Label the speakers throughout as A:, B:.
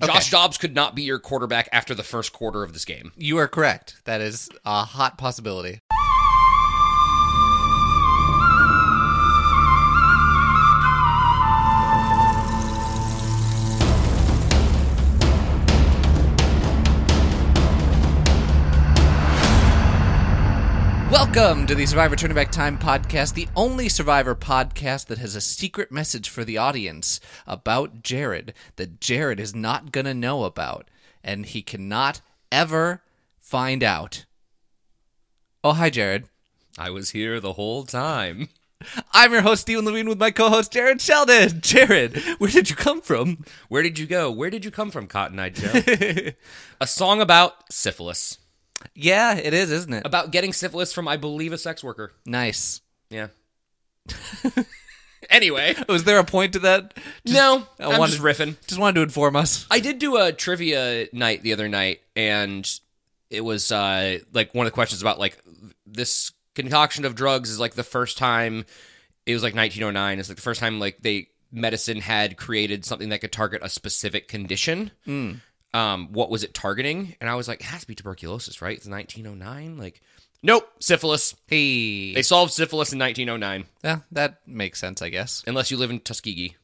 A: Josh Dobbs could not be your quarterback after the first quarter of this game.
B: You are correct. That is a hot possibility. Welcome to the Survivor Turnback Time podcast, the only Survivor podcast that has a secret message for the audience about Jared that Jared is not going to know about, and he cannot ever find out. Oh, hi, Jared.
A: I was here the whole time.
B: I'm your host, Stephen Levine, with my co host, Jared Sheldon. Jared, where did you come from?
A: Where did you go? Where did you come from, Cotton Eye Joe? a song about syphilis,
B: Yeah, it is, isn't it?
A: about getting syphilis from, I believe, a sex worker.
B: Nice.
A: Yeah. anyway,
B: Was there a point to that? Just-
A: no,
B: I
A: I'm
B: wanted-
A: just riffing.
B: Just wanted to inform us.
A: I did do a trivia night the other night, and it was uh, like one of the questions about like this concoction of drugs is like the first time it was like 1909. It's like the first time like they medicine had created something that could target a specific condition. Um, what was it targeting? And I was like, it has to be tuberculosis, right? It's 1909. Like, nope, syphilis.
B: Hey.
A: They solved syphilis in 1909,
B: Yeah, that makes sense, I guess.
A: unless you live in Tuskegee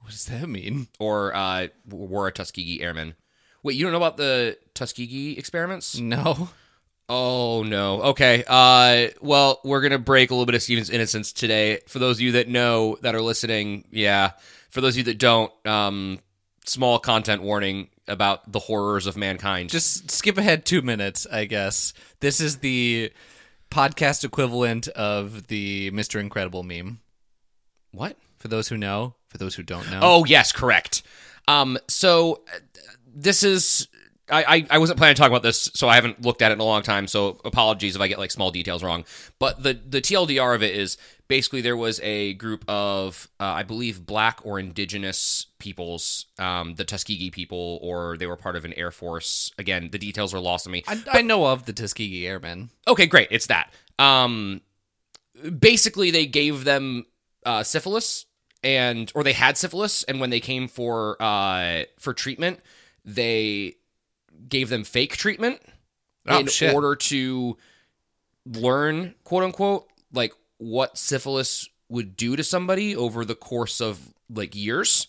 B: What does that mean?
A: or uh, were a Tuskegee airman. Wait, you don't know about the Tuskegee experiments?
B: No.
A: Oh no. Okay. Uh well, we're going to break a little bit of Steven's innocence today. For those of you that know that are listening, yeah. For those of you that don't, um small content warning about the horrors of mankind.
B: Just skip ahead two minutes, I guess. This is the podcast equivalent of the Mr. Incredible meme.
A: what?
B: For those who know, for those who don't know.
A: Oh, yes, correct. Um so uh, this is I, I, I wasn't planning to talk about this, so I haven't looked at it in a long time. So apologies if I get like small details wrong. But the the TLDR of it is basically there was a group of uh, I believe black or indigenous peoples, um, the Tuskegee people, or they were part of an air force. Again, the details are lost on me.
B: I, I know of the Tuskegee Airmen.
A: Okay, great. It's that. Um, basically, they gave them uh, syphilis, and or they had syphilis, and when they came for uh, for treatment, they gave them fake treatment
B: Oh,
A: in
B: shit.
A: order to learn, quote unquote, like what syphilis would do to somebody over the course of like years.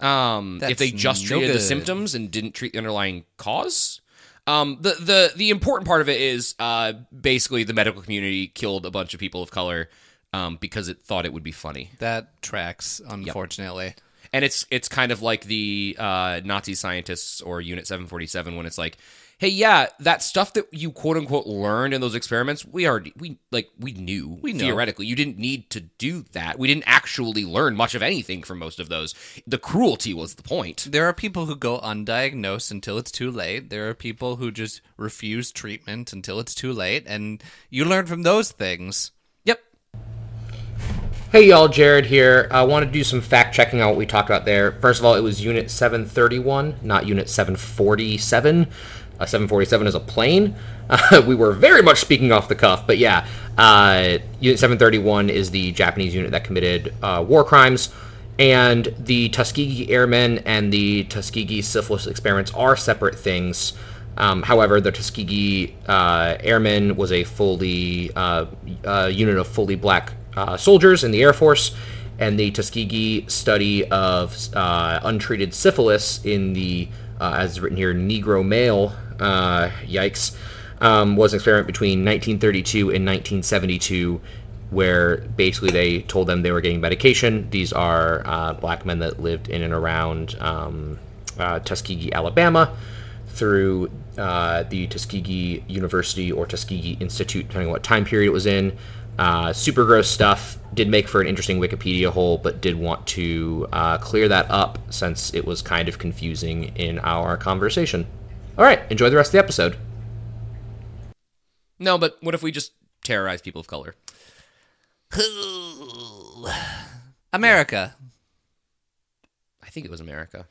A: Um, if they
B: That's
A: just
B: no
A: treated the
B: good.
A: symptoms and didn't treat the underlying cause. Um, the the the important part of it is uh, basically the medical community killed a bunch of people of color um, because it thought it would be funny,
B: That tracks, unfortunately.
A: and it's it's kind of like the uh, Nazi scientists or Unit Seven Forty Seven when it's like, hey, yeah, that stuff that you quote unquote learned in those experiments, we already we like we knew
B: We know.
A: theoretically you didn't need to do that. We didn't actually learn much of anything from most of those. The cruelty was the point.
B: There are people who go undiagnosed until it's too late. There are people who just refuse treatment until it's too late. And you learn from those things.
A: Yep,
C: Hey y'all, Jared here. I want to do some fact checking on what we talked about there. First of all, it was Unit 731, not Unit 747. Uh, 747 is a plane. Uh, we were very much speaking off the cuff, but yeah, uh, Unit 731 is the Japanese unit that committed uh, war crimes. And the Tuskegee Airmen and the Tuskegee syphilis experiments are separate things. Um, however, the Tuskegee uh, Airmen was a fully uh, uh, unit of fully black uh, soldiers in the Air Force, and the Tuskegee study of uh, untreated syphilis in the, uh, as written here, Negro male, uh, yikes, um, was an experiment between 1932 and 1972 where basically they told them they were getting medication. These are uh, black men that lived in and around um, uh, Tuskegee, Alabama, through uh, the Tuskegee University or Tuskegee Institute, depending on what time period it was in. Uh, super gross stuff. Did make for an interesting Wikipedia hole, but did want to uh, clear that up since it was kind of confusing in our conversation. All right, enjoy the rest of the episode.
A: No, but what if we just terrorize people of color?
B: America.
A: I think it was America.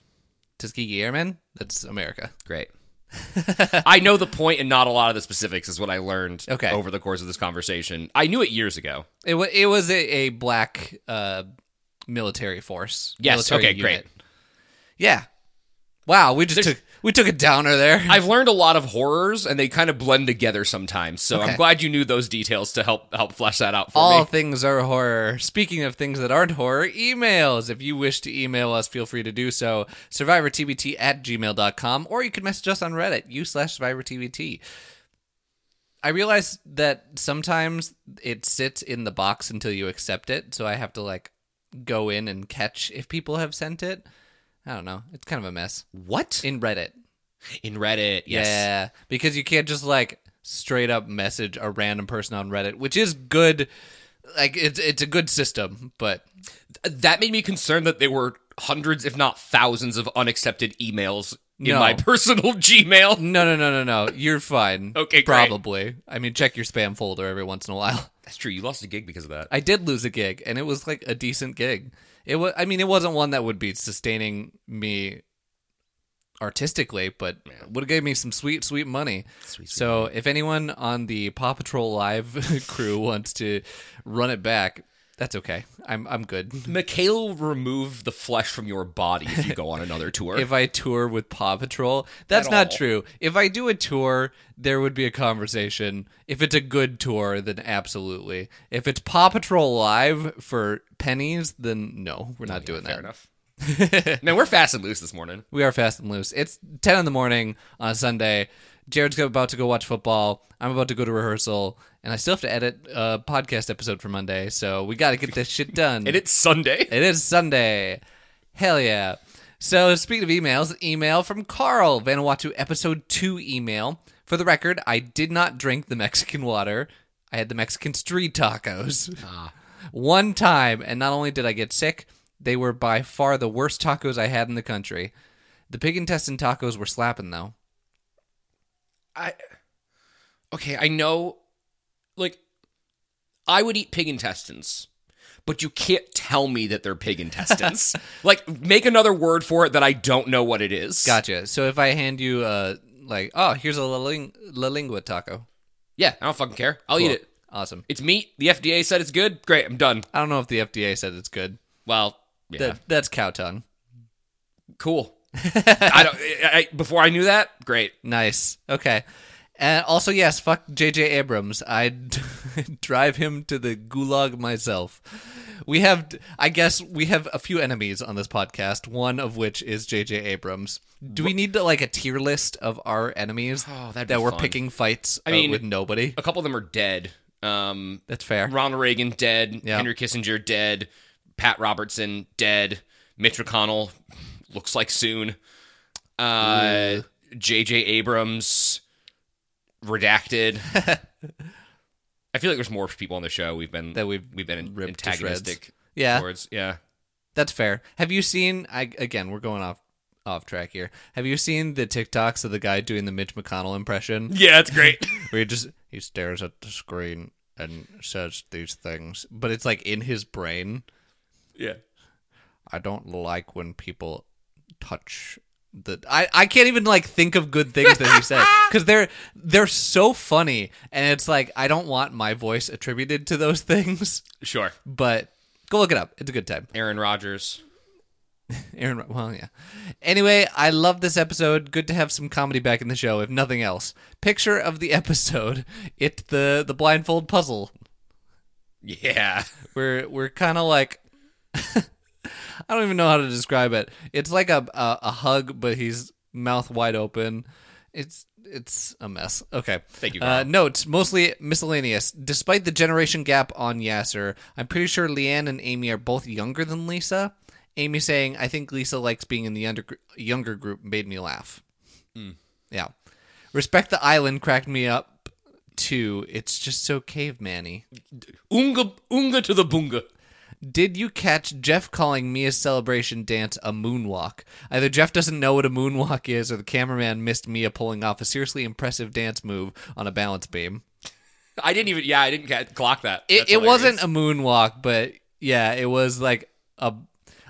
B: Tuskegee Airmen? That's America.
A: Great. I know the point and not a lot of the specifics is what I learned
B: Okay.
A: over the course of this conversation. I knew it years ago.
B: It, wa it was a, a black uh, military force.
A: Yes.
B: military
A: Okay,
B: unit.
A: great.
B: Yeah. Wow, we just
A: There's-
B: took we took a downer there.
A: I've learned a lot of horrors, and they kind of blend together sometimes. So
B: Okay.
A: I'm glad you knew those details to help help flesh that out for
B: All
A: me.
B: things are horror. Speaking of things that aren't horror, emails. If you wish to email us, feel free to do so. SurvivorTBT at gmail.com, or you can message us on Reddit, u slash SurvivorTBT. I realize that sometimes it sits in the box until you accept it, so I have to like go in and catch if people have sent it. I don't know. It's kind of a mess.
A: What
B: In Reddit.
A: in Reddit? Yes.
B: Yeah, because you can't just like straight up message a random person on Reddit, which is good. Like it's it's a good system, but
A: that made me concerned that there were hundreds, if not thousands, of unaccepted emails in
B: No.
A: my personal Gmail.
B: no, no, no, no, no. You're fine.
A: Okay, great.
B: probably. I mean, check your spam folder every once in a while.
A: That's true. You lost a gig because of that.
B: I did lose a gig, and it was like a decent gig. It was. I mean, it wasn't one that would be sustaining me artistically, but would have gave me some sweet, sweet money. so, if anyone on the Paw Patrol Live crew wants to run it back, that's okay. I'm I'm good.
A: Michael will remove the flesh from your body if you go on another tour.
B: If I tour with Paw Patrol, that's
A: At
B: not
A: all.
B: true. If I do a tour, there would be a conversation. If it's a good tour, then absolutely. If it's Paw Patrol live for pennies, then no, we're not doing that.
A: Fair enough. Man, we're fast and loose this morning.
B: We are fast and loose. It's 10 in the morning on a Sunday. Jared's go- about to go watch football. I'm about to go to rehearsal. And I still have to edit a podcast episode for Monday. So we got to get this shit done.
A: And it's Sunday.
B: It is Sunday. Hell yeah. So, speaking of emails, email from Carl Vanuatu episode 2 email. For the record, I did not drink the Mexican water. I had the Mexican street tacos.
A: Ah.
B: One time, and not only did I get sick, they were by far the worst tacos I had in the country. The pig intestine tacos were slapping though.
A: I okay, I know. Like, I would eat pig intestines, but you can't tell me that they're pig intestines. like, make another word for it that I don't know what it is.
B: Gotcha. So if I hand you uh like, oh, here's a La, Ling- La Lingua taco.
A: Yeah, I don't fucking care. I'll eat
B: Cool.
A: it.
B: Awesome.
A: It's meat. The FDA said it's good. Great, I'm done.
B: I don't know if the FDA said it's good.
A: Well, yeah,
B: That, that's cow tongue.
A: cool. I don't. I, I- before I knew that, great.
B: Nice. Okay. And also, yes, fuck J.J. Abrams. I'd drive him to the gulag myself. We have, I guess, we have a few enemies on this podcast. One of which is J.J. Abrams. Do we need to, like a tier list of our enemies
A: Oh, that'd
B: that
A: be
B: we're
A: fun.
B: picking fights? I
A: mean-
B: with nobody.
A: A couple of them are dead. Um,
B: That's fair.
A: Ronald Reagan dead,
B: Yeah.
A: Henry Kissinger dead, Pat Robertson dead, Mitch McConnell looks like soon, uh, J.J. Abrams redacted. I feel like there's more people on the show we've been
B: That we've
A: we've been
B: ripped to shreds.
A: antagonistic
B: Yeah.
A: towards. Yeah,
B: That's fair. Have you seen? I again, we're going off off track here. Have you seen the TikToks of the guy doing the Mitch McConnell impression?
A: yeah, it's great.
B: where he just he stares at the screen and says these things, but it's like in his brain.
A: yeah,
B: I don't like when people touch the. I I can't even like think of good things that he said because they're they're so funny, and it's like I don't want my voice attributed to those things.
A: sure.
B: But go look it up; it's a good time.
A: Aaron Rodgers.
B: Aaron, Rod- well, yeah. Anyway, I love this episode. Good to have some comedy back in the show, if nothing else. Picture of the episode: it's the the blindfold puzzle.
A: Yeah,
B: we're we're kind of like I don't even know how to describe it. It's like a, a a hug, but he's mouth wide open. It's it's a mess. Okay.
A: Thank you,
B: Uh, notes mostly miscellaneous. Despite the generation gap on Yasser, I'm pretty sure Leanne and Amy are both younger than Lisa. Amy saying, "I think Lisa likes being in the under- younger group." Made me laugh.
A: Hmm.
B: Yeah. Respect the island cracked me up too. It's just so caveman-y.
A: unga unga to the bunga.
B: Did you catch Jeff calling Mia's celebration dance a moonwalk? Either Jeff doesn't know what a moonwalk is, or the cameraman missed Mia pulling off a seriously impressive dance move on a balance beam.
A: I didn't even. Yeah, I didn't ca- clock that.
B: It,
A: That's
B: it wasn't
A: hilarious.
B: a moonwalk, but yeah, it was like a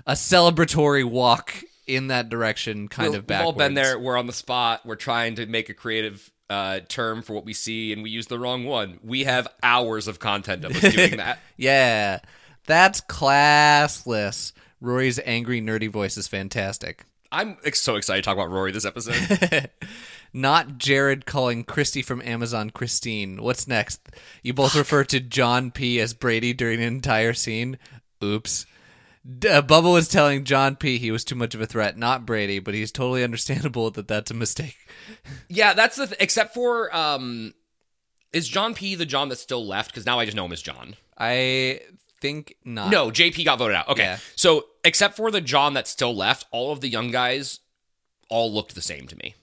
B: a celebratory walk in that direction, kind
A: We're-
B: of backwards.
A: We've all been there. We're on the spot. We're trying to make a creative uh, term for what we see, and we use the wrong one. We have hours of content of us doing that.
B: Yeah, that's classless. Rory's angry, nerdy voice is fantastic.
A: I'm ex- so excited to talk about Rory this episode.
B: Not Jared calling Christy from Amazon Christine. What's next? You both refer to John P as Brady during an entire scene. Oops. D- uh, Bubba was telling John P he was too much of a threat, not Brady, but he's totally understandable that that's a mistake.
A: yeah, that's the th- except for um, is John P the John that's still left? Because now I just know him as John.
B: I think not.
A: No, JP got voted out. Okay,
B: Yeah.
A: so except for the John that's still left, all of the young guys all looked the same to me.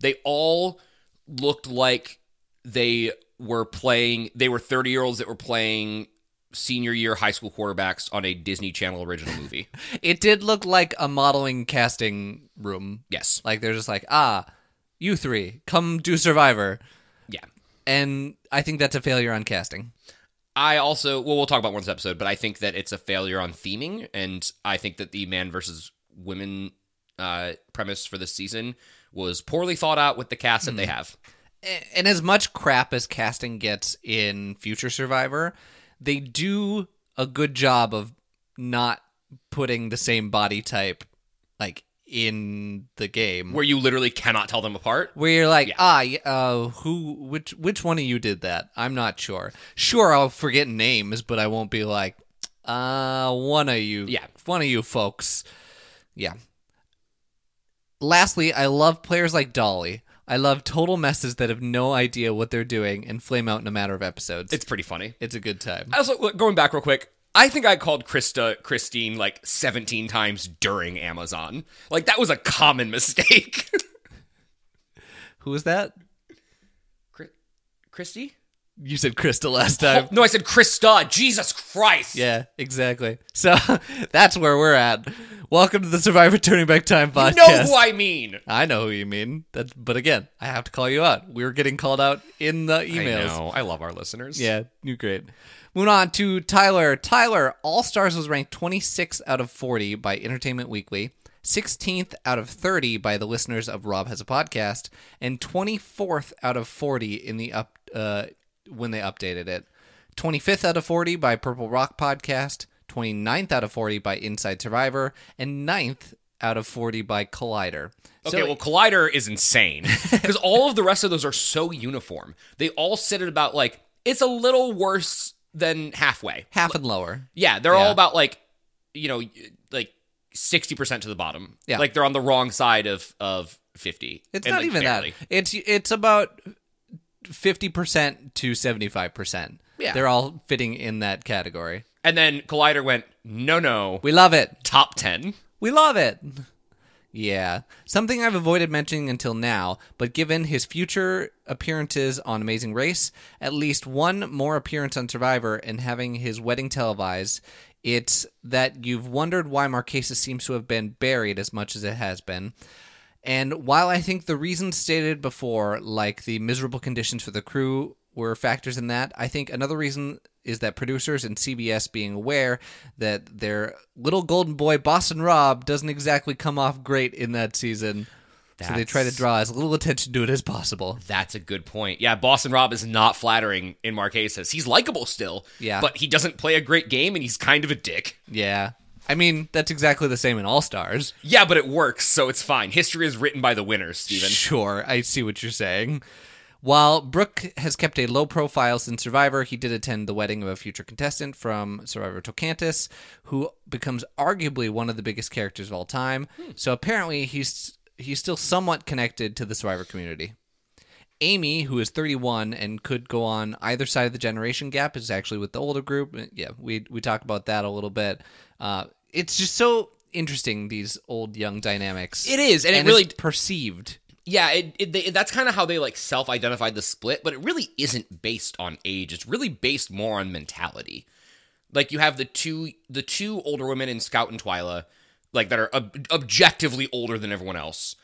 A: They all looked like they were playing. They were thirty year olds that were playing senior year high school quarterbacks on a Disney Channel original movie.
B: It did look like a modeling casting room.
A: yes.
B: Like they're just like, ah, you three, come do Survivor.
A: Yeah.
B: And I think that's a failure on casting.
A: I also well, we'll talk about one episode, but I think that it's a failure on theming, and I think that the man versus women uh, premise for this season was poorly thought out with the cast that they have.
B: A- And as much crap as casting gets in Future Survivor, they do a good job of not putting the same body type like in the game.
A: where you literally cannot tell them apart.
B: where you're like,
A: Yeah.
B: ah, y- uh, who, which, which one of you did that? I'm not sure. Sure, I'll forget names, but I won't be like, uh, one of you,
A: Yeah.
B: one of you folks, yeah. Lastly, I love players like Dolly. I love total messes that have no idea what they're doing and flame out in a matter of episodes.
A: It's Uh, pretty funny.
B: it's a good time.
A: Also, look, going back real quick, I think I called Krista Christine like 17 times during Amazon. Like that was a common mistake.
B: Who was that?
A: Chri- Christy? Oh,
B: You said Krista last time.
A: No, I said Krista. Jesus Christ.
B: Yeah, exactly. So that's where we're at. Welcome to the Survivor Turning Back Time
A: You
B: podcast.
A: know who I mean.
B: I know who you mean. That, but again, I have to call you out. We were getting called out in the emails.
A: I love our listeners.
B: Yeah, you're great. Moving on to Tyler. Tyler, All Stars was ranked 26th out of 40 by Entertainment Weekly, 16th out of 30 by the listeners of Rob Has a Podcast, and 24th out of 40 in the up uh, when they updated it. 25th out of 40 by Purple Rock Podcast, 29th out of 40 by Inside Survivor, and 9th out of 40 by Collider.
A: Okay,
B: So-
A: well, Collider is insane because all of the rest of those are so uniform. They all sit at about like it's a little worse than halfway.
B: half and lower.
A: Yeah, they're
B: Yeah.
A: all about like, you know, like sixty percent to the bottom.
B: Yeah.
A: like they're on the wrong side of of fifty.
B: It's
A: And,
B: not
A: like,
B: even
A: barely.
B: that. It's it's about fifty percent to seventy five percent.
A: Yeah.
B: they're all fitting in that category.
A: And then Collider went, no, no,
B: We love it.
A: top ten.
B: We love it. Yeah, something I've avoided mentioning until now, but given his future appearances on Amazing Race, at least one more appearance on Survivor, and having his wedding televised, it's that you've wondered why Marquesa seems to have been buried as much as it has been. And while I think the reasons stated before, like the miserable conditions for the crew, were factors in that, I think another reason is that producers and CBS being aware that their little golden boy, Boston Rob, doesn't exactly come off great in that season. So they try to
A: That's-
B: draw as little attention to it as possible.
A: That's a good point. Yeah, Boston Rob is not flattering in Marquesas. He's likable still.
B: Yeah.
A: but he doesn't play a great game, and he's kind of a dick.
B: Yeah. I mean, that's exactly the same in All Stars.
A: Yeah, but it works, so it's fine. History is written by the winners, Steven.
B: Sure, I see what you're saying. While Brooke has kept a low profile since Survivor, he did attend the wedding of a future contestant from Survivor Tocantis, who becomes arguably one of the biggest characters of all time.
A: Hmm.
B: So apparently, he's he's still somewhat connected to the Survivor community. Amy, who is 31 and could go on either side of the generation gap, is actually with the older group. Uh, Yeah, we we talk about that a little bit. Uh, it's just so interesting these old young dynamics.
A: It is, and,
B: And
A: it really
B: it's perceived.
A: Yeah, it, it, they, that's kind of how they like self-identified the split, but it really isn't based on age. It's really based more on mentality. Like you have the two the two older women in Scout and Twyla, like that are ob- objectively older than everyone else.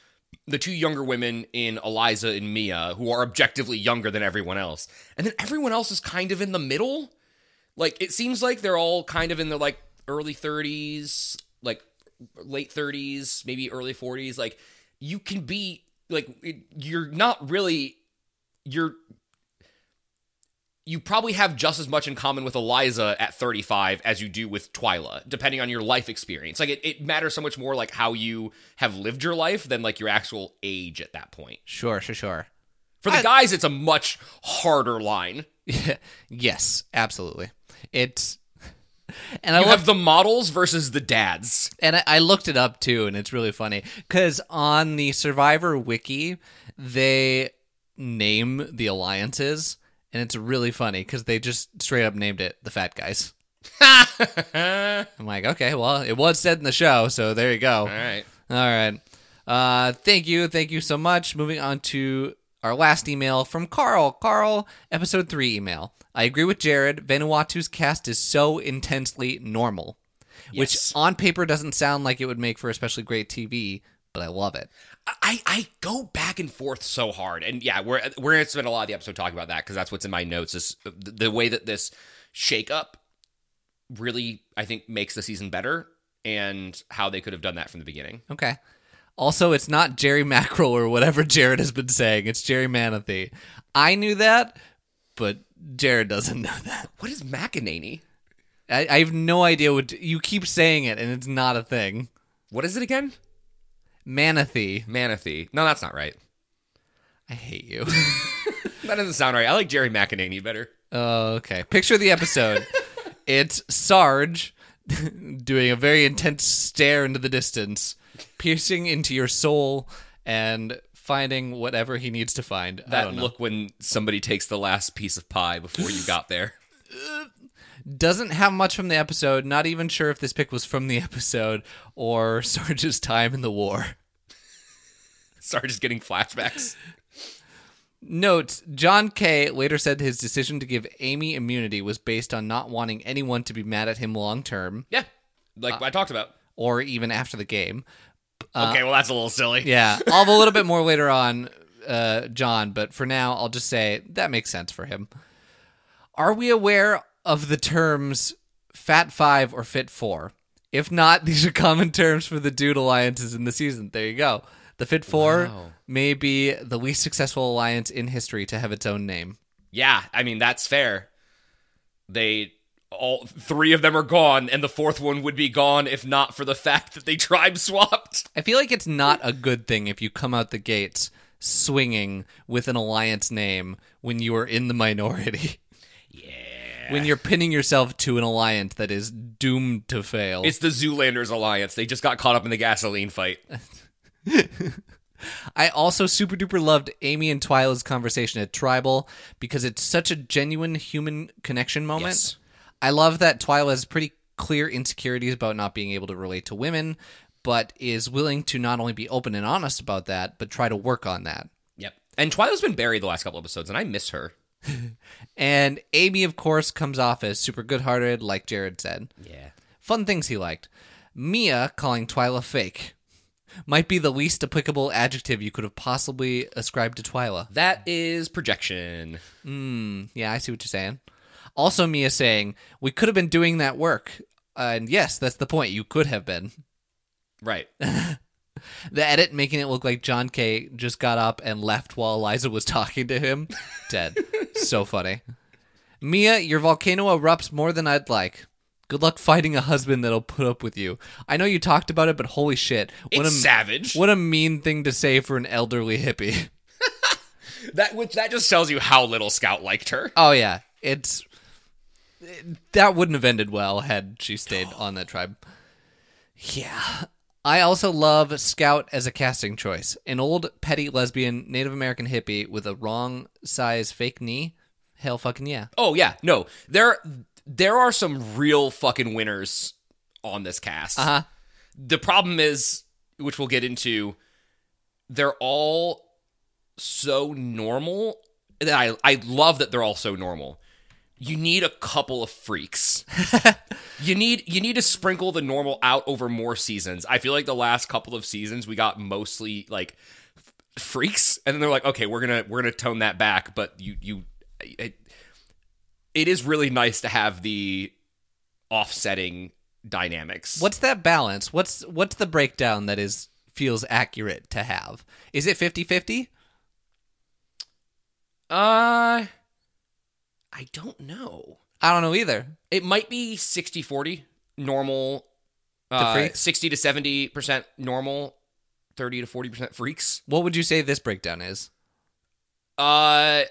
A: The two younger women in Eliza and Mia, who are objectively younger than everyone else, and then everyone else is kind of in the middle. Like it seems like they're all kind of in their like early 30s, like late 30s, maybe early 40s. Like you can be like it- you're not really you're you probably have just as much in common with Eliza at 35 as you do with Twyla, depending on your life experience. Like it, it matters so much more like how you have lived your life than like your actual age at that point.
B: Sure, sure, sure.
A: For the guys, it's a much harder line.
B: yes, absolutely. It's and I
A: You
B: love
A: have the models versus the dads.
B: and I, I looked it up too, and it's really funny because on the Survivor Wiki they name the alliances, and it's really funny because they just straight up named it the Fat Guys.
A: All
B: I'm like, okay, well, it was said in the show, so there you go.
A: right.
B: All right. Uh, thank you. Thank you so much. Moving on to our last email from Carl. Carl, episode three email. I agree with Jared. Vanuatu's cast is so intensely normal,
A: Yes.
B: which on paper doesn't sound like it would make for especially great TV, but I love it.
A: I, I go back and forth so hard, and yeah, we're we're gonna spend a lot of the episode talking about that because that's what's in my notes. Is the, the way that this shakeup really, I think, makes the season better, and how they could have done that from the beginning.
B: Okay. Also, it's not Jerry Mackerel or whatever Jared has been saying. It's Jerry Manathy. I knew that, but Jared doesn't know that.
A: What is McEnany?
B: I, I have no idea what you keep saying it, and it's not a thing.
A: What is it again?
B: Manathy.
A: Manathy. No, that's not right.
B: I hate you.
A: That doesn't sound right. I like Jerry McEnany better.
B: oh, okay. Picture the episode. it's Sarge doing a very intense stare into the distance, piercing into your soul and finding whatever he needs to find. I
A: That
B: don't know.
A: look when somebody takes the last piece of pie before you got there.
B: doesn't have much from the episode. Not even sure if this pick was from the episode or Sarge's time in the war.
A: Sorry, just getting flashbacks.
B: Note, John Kay later said his decision to give Amy immunity was based on not wanting anyone to be mad at him long term
A: Yeah, Uh, like I talked about.
B: or even after the game.
A: okay, well that's a little silly.
B: Yeah, I'll have a little bit more later on, uh, John, but for now, I'll just say that makes sense for him. Are we aware of the terms Fat Five or Fit Four? If not, these are common terms for the dude alliances in the season. There you go. The Fit Four
A: Wow.
B: may be the least successful alliance in history to have its own name.
A: Yeah, I mean that's fair. They all three of them are gone, and the fourth one would be gone if not for the fact that they tribe swapped.
B: I feel like it's not a good thing if you come out the gates swinging with an alliance name when you are in the minority.
A: Yeah,
B: when you're pinning yourself to an alliance that is doomed to fail.
A: it's the Zoolanders alliance. They just got caught up in the gasoline fight.
B: I also super duper loved Amy and Twyla's conversation at Tribal because it's such a genuine human connection moment.
A: Yes.
B: I love that Twyla has pretty clear insecurities about not being able to relate to women, but is willing to not only be open and honest about that, but try to work on that.
A: Yep. And Twyla's been buried the last couple episodes, and I miss her.
B: And Amy, of course, comes off as super good hearted, like Jared said.
A: Yeah.
B: Fun things he liked. Mia calling Twyla fake might be the least applicable adjective you could have possibly ascribed to Twyla. Hmm,
A: That is projection.
B: Yeah, I see what you're saying. Also, Mia saying, We could have been doing that work. and yes, that's the point. You could have been.
A: Right.
B: The edit making it look like John K just got up and left while Eliza was talking to him. Dead. so funny. Mia, your volcano erupts more than I'd like. Good luck finding a husband that'll put up with you. I know you talked about it, but holy shit.
A: It's savage.
B: What a mean thing to say for an elderly hippie.
A: That which that just tells you how little Scout liked her.
B: Oh yeah, it's it- that wouldn't have ended well had she stayed on that tribe. Yeah. I also love Scout as a casting choice. An old petty lesbian Native American hippie with a wrong size fake knee. Hell fucking yeah.
A: Oh yeah, no. There there are some real fucking winners on this cast.
B: Uh-huh.
A: The problem is, which we'll get into, they're all so normal. that I I love that they're all so normal. You need a couple of freaks. you need you need to sprinkle the normal out over more seasons. I feel like the last couple of seasons we got mostly like f- freaks, and then they're like, okay, we're gonna we're gonna tone that back. But you you it, it is really nice to have the offsetting dynamics.
B: What's that balance? What's what's the breakdown that is feels accurate to have? Is it 50-50?
A: Uh, I I don't know.
B: I don't know either.
A: It might be 60 40 normal, uh,
B: freaks?
A: 60 to 70% normal, 30 to 40% freaks.
B: What would you say this breakdown is?
A: Uh,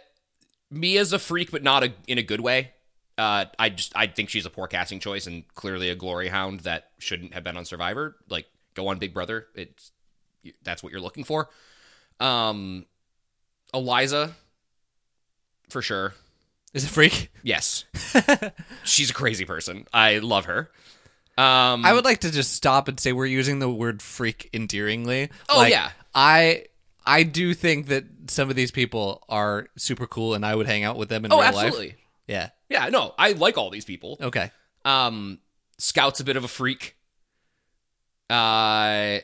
A: Mia's a freak, but not a, in a good way. Uh, I just I think she's a poor casting choice and clearly a glory hound that shouldn't have been on Survivor. Like, go on Big Brother. It's that's what you're looking for. Um, Eliza, for sure.
B: Is it freak?
A: Yes, she's a crazy person. I love her. Um,
B: I would like to just stop and say we're using the word freak endearingly.
A: Oh,
B: Like,
A: yeah.
B: I I do think that some of these people are super cool and I would hang out with them in
A: Oh,
B: real
A: absolutely.
B: life. Yeah.
A: Yeah, no, I like all these people.
B: Okay.
A: Um, Scout's a bit of a freak. Uh,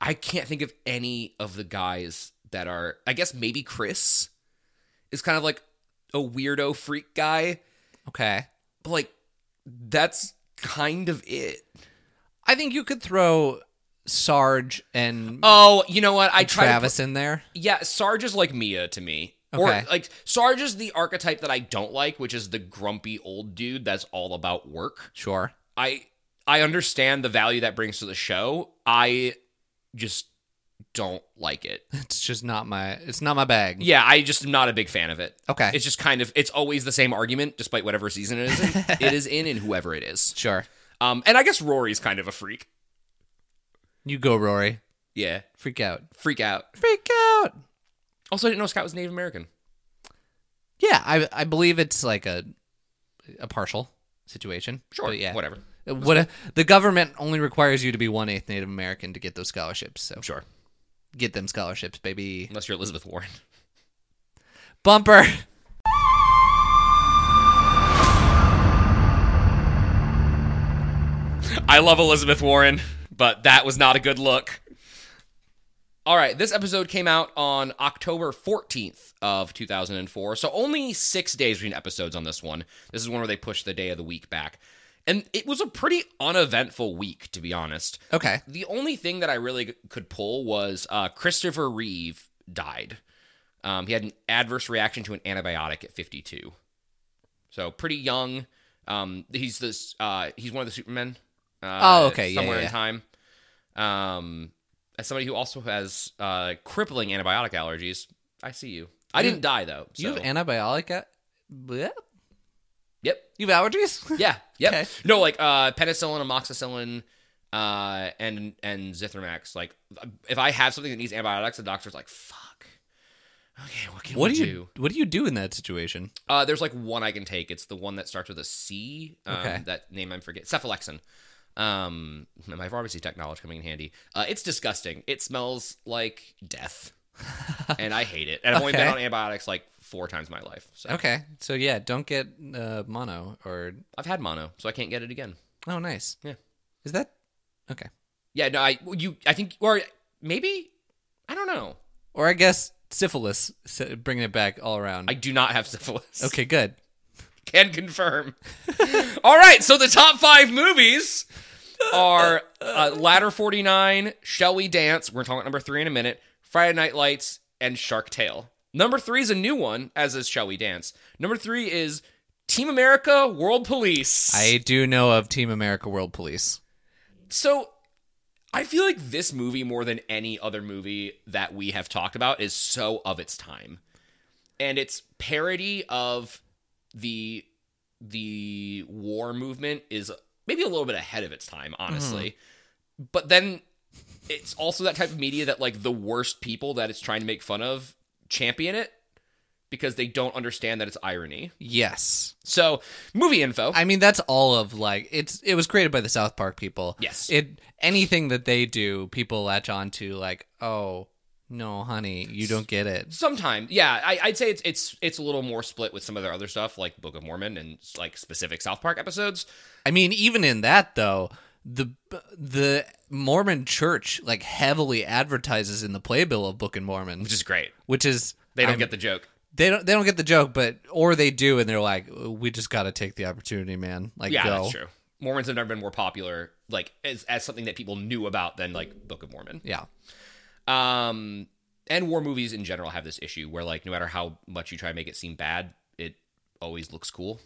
A: I can't think of any of the guys that are. I guess maybe Chris is kind of like a weirdo freak guy,
B: Okay.
A: but like that's kind of it.
B: I think you could throw Sarge and
A: Oh, you know what? I try. to put-
B: Travis in there.
A: yeah, Sarge is like Mia to me.
B: Okay.
A: Or like Sarge is the archetype that I don't like, which is the grumpy old dude that's all about work.
B: Sure.
A: I I understand the value that brings to the show. I just don't like it.
B: It's just not my it's not my bag.
A: Yeah, I just am not a big fan of it.
B: Okay.
A: It's just kind of it's always the same argument, despite whatever season it is in. it is in and whoever it is.
B: sure.
A: Um, and I guess Rory's kind of a freak.
B: You go, Rory.
A: Yeah,
B: Freak out.
A: freak out.
B: Freak out.
A: Also, I didn't know Scott was Native American.
B: Yeah, I I believe it's like a a partial situation.
A: Sure,
B: But yeah.
A: whatever.
B: What a, the government only requires you to be one eighth Native American to get those scholarships. So
A: Sure,
B: get them scholarships, baby.
A: unless you're Elizabeth Warren.
B: Bumper.
A: I love Elizabeth Warren, but that was not a good look. All right, this episode came out on October 14th of 2004. So only 6 days between episodes on this one. This is one where they pushed the day of the week back. And it was a pretty uneventful week to be honest.
B: Okay.
A: The only thing that I really g- could pull was uh, Christopher Reeve died. Um, he had an adverse reaction to an antibiotic at 52. So pretty young. Um, he's this. Uh, he's one of the Supermen. Uh,
B: Oh, okay. Yeah,
A: Somewhere
B: yeah,
A: in time. Um, as somebody who also has uh, crippling antibiotic allergies, I see you. I
B: You-
A: didn't die though.
B: You
A: so-
B: have antibiotic. a- bleh?
A: yep.
B: You have allergies?
A: Yeah. Yep.
B: Okay.
A: No, like uh, penicillin, amoxicillin, uh, and and Zithromax. Like, if I have something that needs antibiotics, the doctor's like, "Fuck." Okay, what can
B: what
A: we
B: do
A: do?
B: you What do you do in that situation?
A: Uh, there's like one I can take. It's the one that starts with a C. Um,
B: Okay.
A: That name I'm forget. Cephalexin. Um, my pharmacy tech knowledge coming in handy. Uh, it's disgusting. It smells like death, and I hate it. And I've only been
B: Okay.
A: on antibiotics like four times in my life. So
B: Okay. So yeah, don't get uh, mono or
A: I've had mono, so I can't get it again.
B: oh nice.
A: Yeah.
B: Is that okay?
A: Yeah, no, I you I think or maybe I don't know.
B: Or I guess syphilis. So bringing it back all around.
A: I do not have syphilis.
B: okay. Good.
A: Can confirm. All right, so the top five movies are uh, Ladder 49, Shall We Dance, we're talking about number three in a minute, Friday Night Lights, and Shark Tale. Number three is a new one, as is Shall We Dance. Number three is Team America World Police.
B: I do know of Team America World Police.
A: So I feel like this movie more than any other movie that we have talked about is so of its time. And it's parody of the the war movement is maybe a little bit ahead of its time, honestly. But then it's also that type of media that like the worst people that it's trying to make fun of champion it because they don't understand that it's irony.
B: Yes.
A: So, movie info.
B: I mean, that's all of like it's. It was created by the South Park people.
A: Yes.
B: It anything that they do, people latch on to. Like, oh no, honey, you don't get it.
A: Sometimes, yeah, I, I'd say it's it's it's a little more split with some of their other stuff, like Book of Mormon and like specific South Park episodes.
B: I mean, even in that though, the the Mormon Church like heavily advertises in the playbill of Book and Mormon,
A: Which is great.
B: which is
A: They don't
B: I'm-
A: get the joke.
B: they don't they don't get the joke, but or they do, and they're like, we just got to take the opportunity, man. Like,
A: Yeah,
B: go.
A: that's true. Mormons have never been more popular, like as as something that people knew about than like Book of Mormon.
B: Yeah.
A: Um, and war movies in general have this issue where like no matter how much you try to make it seem bad, it always looks cool.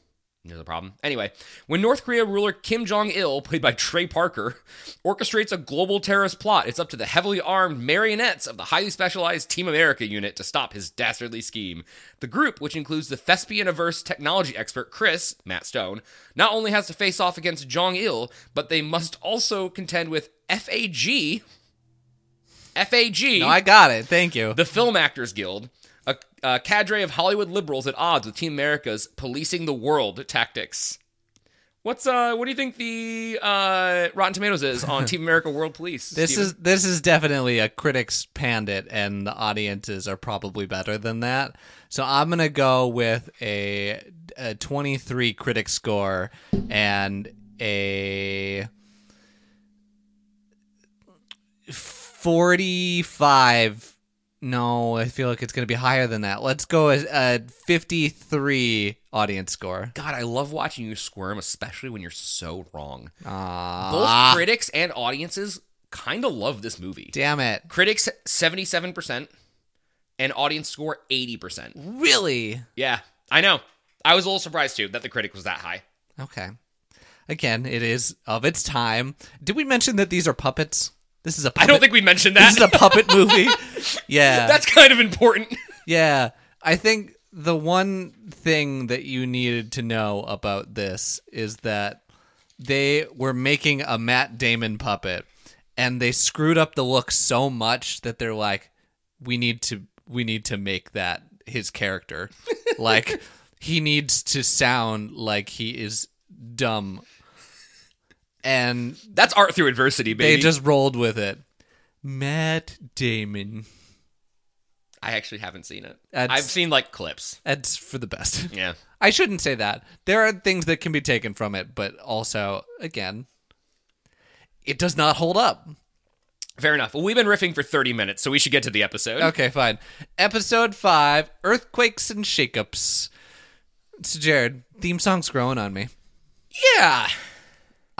A: There's a problem. Anyway, when North Korea ruler Kim Jong il, played by Trey Parker, orchestrates a global terrorist plot, it's up to the heavily armed marionettes of the highly specialized Team America unit to stop his dastardly scheme. The group, which includes the thespian averse technology expert Chris, Matt Stone, not only has to face off against Jong il, but they must also contend with FAG. FAG.
B: No, I got it. Thank you.
A: The Film Actors Guild, a, a cadre of Hollywood liberals at odds with Team America's policing the world tactics. What's uh? What do you think the uh, Rotten Tomatoes is on Team America World Police?
B: This
A: Steven?
B: is this is definitely a critics pandit, and the audiences are probably better than that. So I'm gonna go with a, a 23 critic score and a 45. No, I feel like it's gonna be higher than that. Let's go as a 53 audience score.
A: God. I love watching you squirm, especially when you're so wrong.
B: Ah,
A: Both critics and audiences kind of love this movie.
B: damn it!
A: Critics seventy seven percent, and audience score eighty percent.
B: Really?
A: Yeah, I know. I was a little surprised too that the critic was that high.
B: Okay. Again, it is of its time. Did we mention that these are puppets? This is a
A: I
B: puppet.
A: don't think we mentioned
B: this
A: that.
B: is a puppet movie. Yeah.
A: That's kind of important.
B: yeah. I think the one thing that you needed to know about this is that they were making a Matt Damon puppet and they screwed up the look so much that they're like we need to we need to make that his character. like he needs to sound like he is dumb. And
A: That's art through adversity, baby.
B: they just rolled with it. Matt Damon.
A: I actually haven't seen it.
B: That's-
A: I've seen like clips.
B: That's for the best.
A: Yeah.
B: I shouldn't say that. There are things that can be taken from it, but also, again, it does not hold up.
A: Fair enough. Well, we've been riffing for 30 minutes, so we should get to the episode.
B: Okay, fine. Episode 5 Earthquakes and Shakeups. So, Jared, theme song's growing on me.
A: Yeah.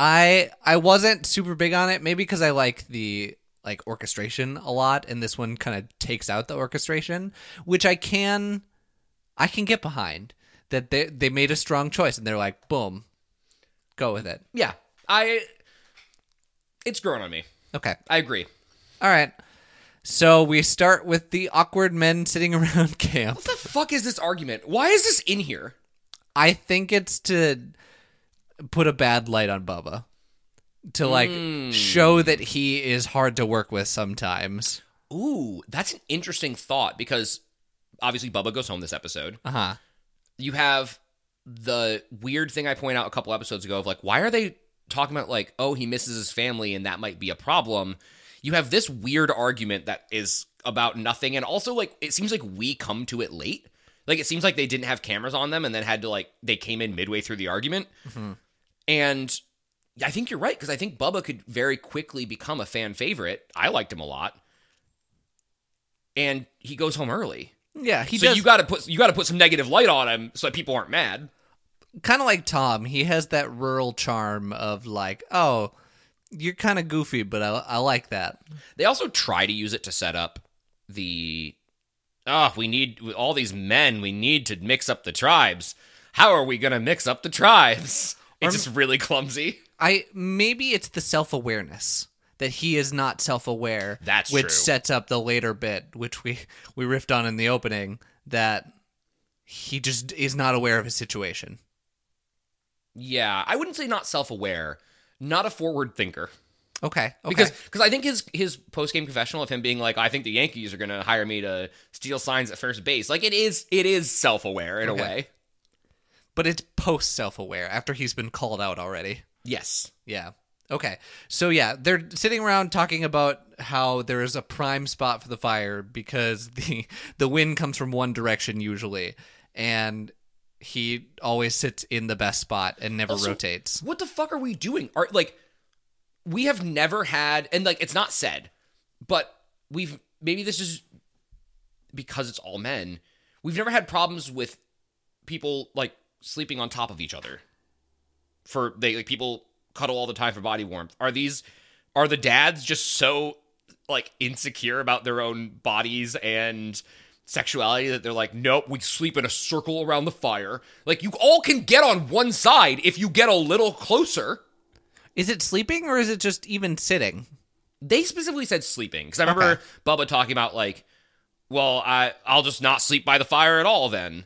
B: I I wasn't super big on it, maybe because I like the like orchestration a lot, and this one kind of takes out the orchestration, which I can I can get behind. That they they made a strong choice, and they're like, boom, go with it.
A: Yeah. I. It's growing on me.
B: Okay,
A: I agree.
B: all right. So we start with the awkward men sitting around camp.
A: What the fuck is this argument? Why is this in here?
B: I think it's to put a bad light on Bubba. To like
A: Hmm.
B: show that he is hard to work with sometimes.
A: Ooh, that's an interesting thought because obviously Bubba goes home this episode.
B: Uh huh.
A: You have the weird thing I point out a couple episodes ago of like, why are they talking about like, oh, he misses his family and that might be a problem? You have this weird argument that is about nothing. And also, like, it seems like we come to it late. Like, it seems like they didn't have cameras on them and then had to, like, they came in midway through the argument. And I think you're right because I think Bubba could very quickly become a fan favorite. I liked him a lot, and he goes home early.
B: Yeah, he
A: so
B: does.
A: you got to put you got to put some negative light on him so that people aren't mad.
B: kind of like Tom. He has that rural charm of like, oh, you're kind of goofy, but I, I like that.
A: They also try to use it to set up the ah, we need with all these men. We need to mix up the tribes. How are we gonna mix up the tribes? It's just really clumsy.
B: I maybe it's the self awareness that he is not self aware.
A: That's
B: which
A: true.
B: sets up the later bit, which we we riffed on in the opening that he just is not aware of his situation.
A: Yeah, I wouldn't say not self aware, not a forward thinker.
B: Okay, okay.
A: Because because I think his his post game confessional of him being like, I think the Yankees are gonna hire me to steal signs at first base. Like it is it is self aware in
B: Okay.
A: a way.
B: but it's post self aware after he's been called out already.
A: Yes.
B: Yeah. Okay. So yeah, they're sitting around talking about how there is a prime spot for the fire because the the wind comes from one direction usually, and he always sits in the best spot and never
A: Also-
B: rotates.
A: What the fuck are we doing? Are like we have never had and like it's not said, but we've maybe this is because it's all men. We've never had problems with people like sleeping on top of each other. For they like people cuddle all the time for body warmth. Are these are the dads just so like insecure about their own bodies and sexuality that they're like, nope, we sleep in a circle around the fire. Like you all can get on one side if you get a little closer.
B: Is it sleeping or is it just even sitting?
A: They specifically said sleeping because I remember
B: Okay.
A: Bubba talking about like, well, I I'll just not sleep by the fire at all then.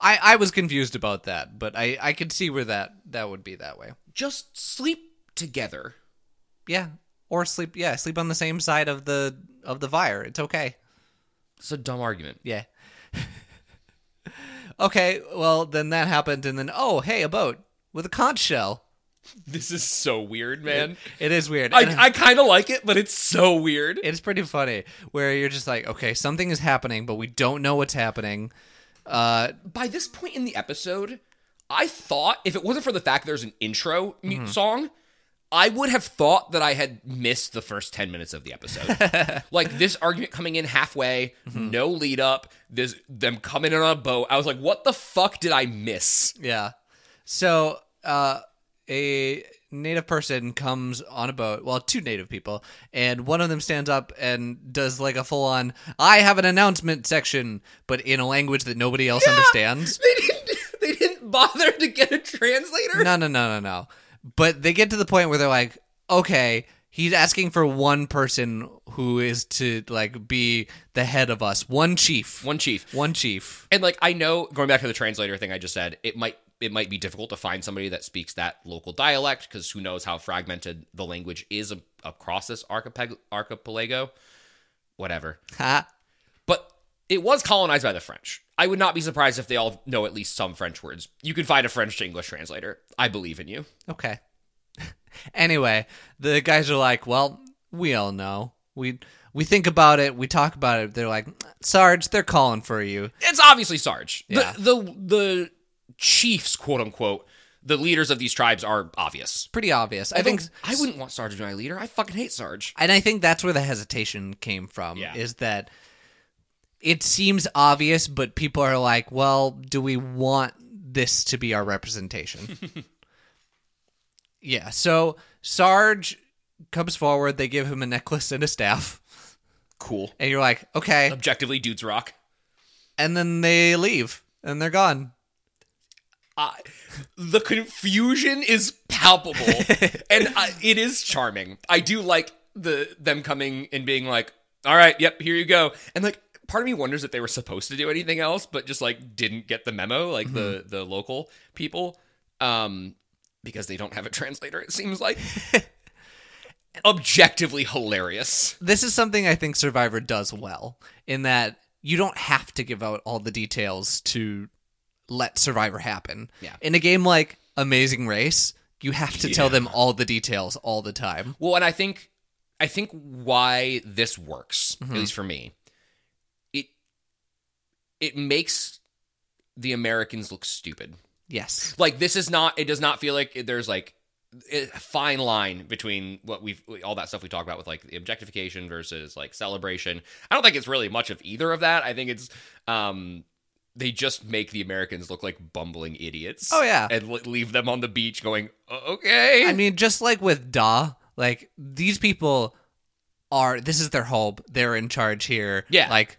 B: I, I was confused about that, but I, I could see where that, that would be that way.
A: Just sleep together.
B: Yeah. Or sleep yeah, sleep on the same side of the of the fire. It's okay.
A: It's a dumb argument.
B: Yeah. okay, well then that happened and then oh hey, a boat with a conch shell.
A: This is so weird, man.
B: It is weird. And-
A: I, I kind of like it, but it's so weird.
B: it's pretty funny where you're just like, okay, something is happening, but we don't know what's happening. Uh,
A: by this point in the episode, I thought if it wasn't for the fact there's an intro mu- song, I would have thought that I had missed the first 10 minutes of the episode. like this argument coming in halfway, no lead up, this them coming in on a boat. I was like, what the fuck did I miss?
B: yeah. So, uh, a native person comes on a boat, well, two native people, and one of them stands up and does like a full on, I have an announcement section, but in a language that nobody else understands.
A: They didn't they didn't bother to get a translator.
B: No, no, no, no, no. But they get to the point where they're like, okay, he's asking for one person who is to like be the head of us, one chief.
A: One chief.
B: one chief.
A: And like I know, going back to the translator thing I just said, it might it might be difficult to find somebody that speaks that local dialect because who knows how fragmented the language is a- across this archipelago, archipelago, whatever.
B: Ha.
A: But it was colonized by the French. I would not be surprised if they all know at least some French words. You can find a French to English translator. I believe in you.
B: Okay. anyway, the guys are like, well, we all know. We we think about it. We talk about it. They're like, Sarge, they're calling for you.
A: It's obviously Sarge.
B: Yeah.
A: The, the the chiefs, quote unquote, the leaders of these tribes are obvious. Oh,
B: Pretty obvious. I think,
A: I wouldn't want Sarge to be my leader. I fucking hate Sarge.
B: and I think that's where the hesitation came from.
A: Yeah.
B: Is that it seems obvious, but people are like, well, do we want this to be our representation? yeah. So Sarge comes forward. They give him a necklace and a staff,
A: Cool.
B: and you're like, okay.
A: Objectively, dudes rock.
B: and then they leave and they're gone.
A: I, the confusion is palpable, and I, it is charming. I do like the them coming and being like, "All right, yep, here you go," and like part of me wonders if they were supposed to do anything else, but just like didn't get the memo, like the the local people, um, because they don't have a translator. It seems like objectively hilarious.
B: This is something I think Survivor does well in that you don't have to give out all the details to let Survivor happen.
A: Yeah.
B: In a game like Amazing Race, you have to tell them all the details all the time.
A: Well, and I think I think why this works,
B: Mm-hmm.
A: at least for me, it it makes the Americans look stupid.
B: Yes.
A: Like this is not it does not feel like there's like a fine line between what we've all that stuff we talk about with like the objectification versus like celebration. I don't think it's really much of either of that. I think it's um they just make the Americans look like bumbling idiots.
B: Oh, yeah.
A: and le- leave them on the beach going, "O- "Okay."
B: I mean, just like with Da, like these people are this is their home. They're in charge here.
A: Yeah.
B: Like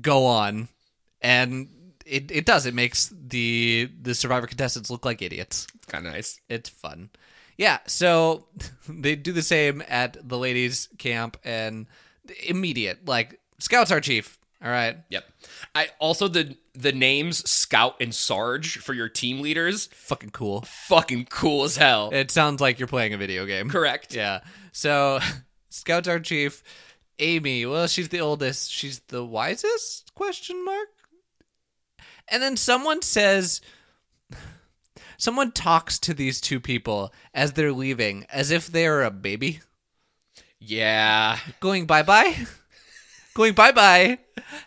B: go on. And it, it does. It makes the the Survivor contestants look like idiots.
A: kind of nice.
B: It's fun. Yeah, so they do the same at the ladies' camp and immediate. Like, Scout's our chief. All right.
A: Yep. I also the the names Scout and Sarge for your team leaders
B: Fucking cool.
A: fucking cool as hell.
B: It sounds like you're playing a video game.
A: Correct.
B: Yeah. So, Scout's our chief. Amy, well, she's the oldest. She's the wisest? Question mark. And then someone says someone talks to these two people as they're leaving as if they are a baby.
A: Yeah.
B: going bye bye, going bye bye,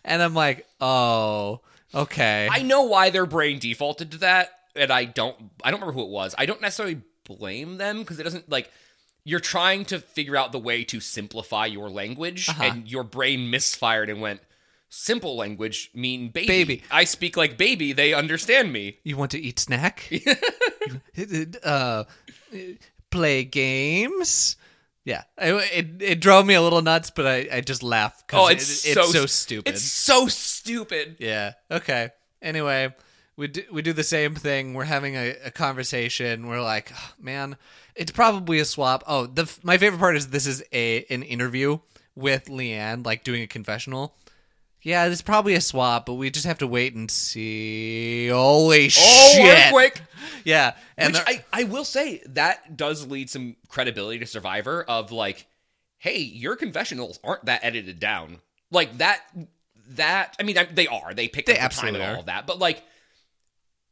B: and I'm like, oh, okay,
A: I know why their brain defaulted to that and I don't I don't remember who it was. I don't necessarily blame them cuz it doesn't like you're trying to figure out the way to simplify your language
B: Uh-huh.
A: and your brain misfired and went simple language mean baby.
B: Baby.
A: I speak like baby, they understand me.
B: you want to eat snack, You- uh, play games, Yeah, I- it, it drove me a little nuts, but I, I just laugh. 'cause
A: Oh, it's,
B: it-
A: so,
B: it's so stupid.
A: It's so stupid.
B: Yeah. Okay. Anyway, we do, we do the same thing. We're having a, a conversation. We're like, "Oh, man, it's probably a swap. Oh, the f- my favorite part is this is a an interview with Leanne, like doing a confessional. Yeah, it's probably a swap, but we just have to wait and see. Holy
A: Oh,
B: shit!
A: earthquake.
B: Yeah, and
A: Which
B: they're-
A: I, I will say that does lead some credibility to Survivor of like, hey, your confessionals aren't that edited down. Like that that I mean I- they are they picked
B: They
A: up the time
B: absolutely
A: and
B: are.
A: all of that, but like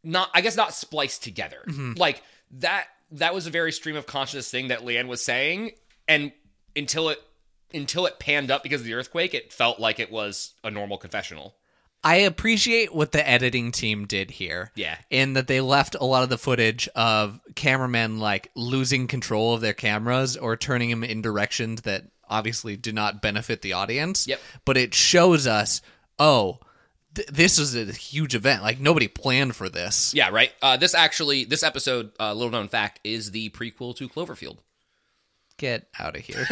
A: not I guess not spliced together.
B: Mm-hmm.
A: Like that that was a very stream of consciousness thing that Leanne was saying, and until it until it panned up because of the earthquake, it felt like it was a normal confessional.
B: I appreciate what the editing team did here.
A: Yeah.
B: In that they left a lot of the footage of cameramen like losing control of their cameras or turning them in directions that obviously do not benefit the audience.
A: Yep.
B: But it shows us, oh, th- this is a huge event. Like nobody planned for this.
A: Yeah, right. Uh, this actually, this episode, uh, little known fact, is the prequel to Cloverfield.
B: Get out of here.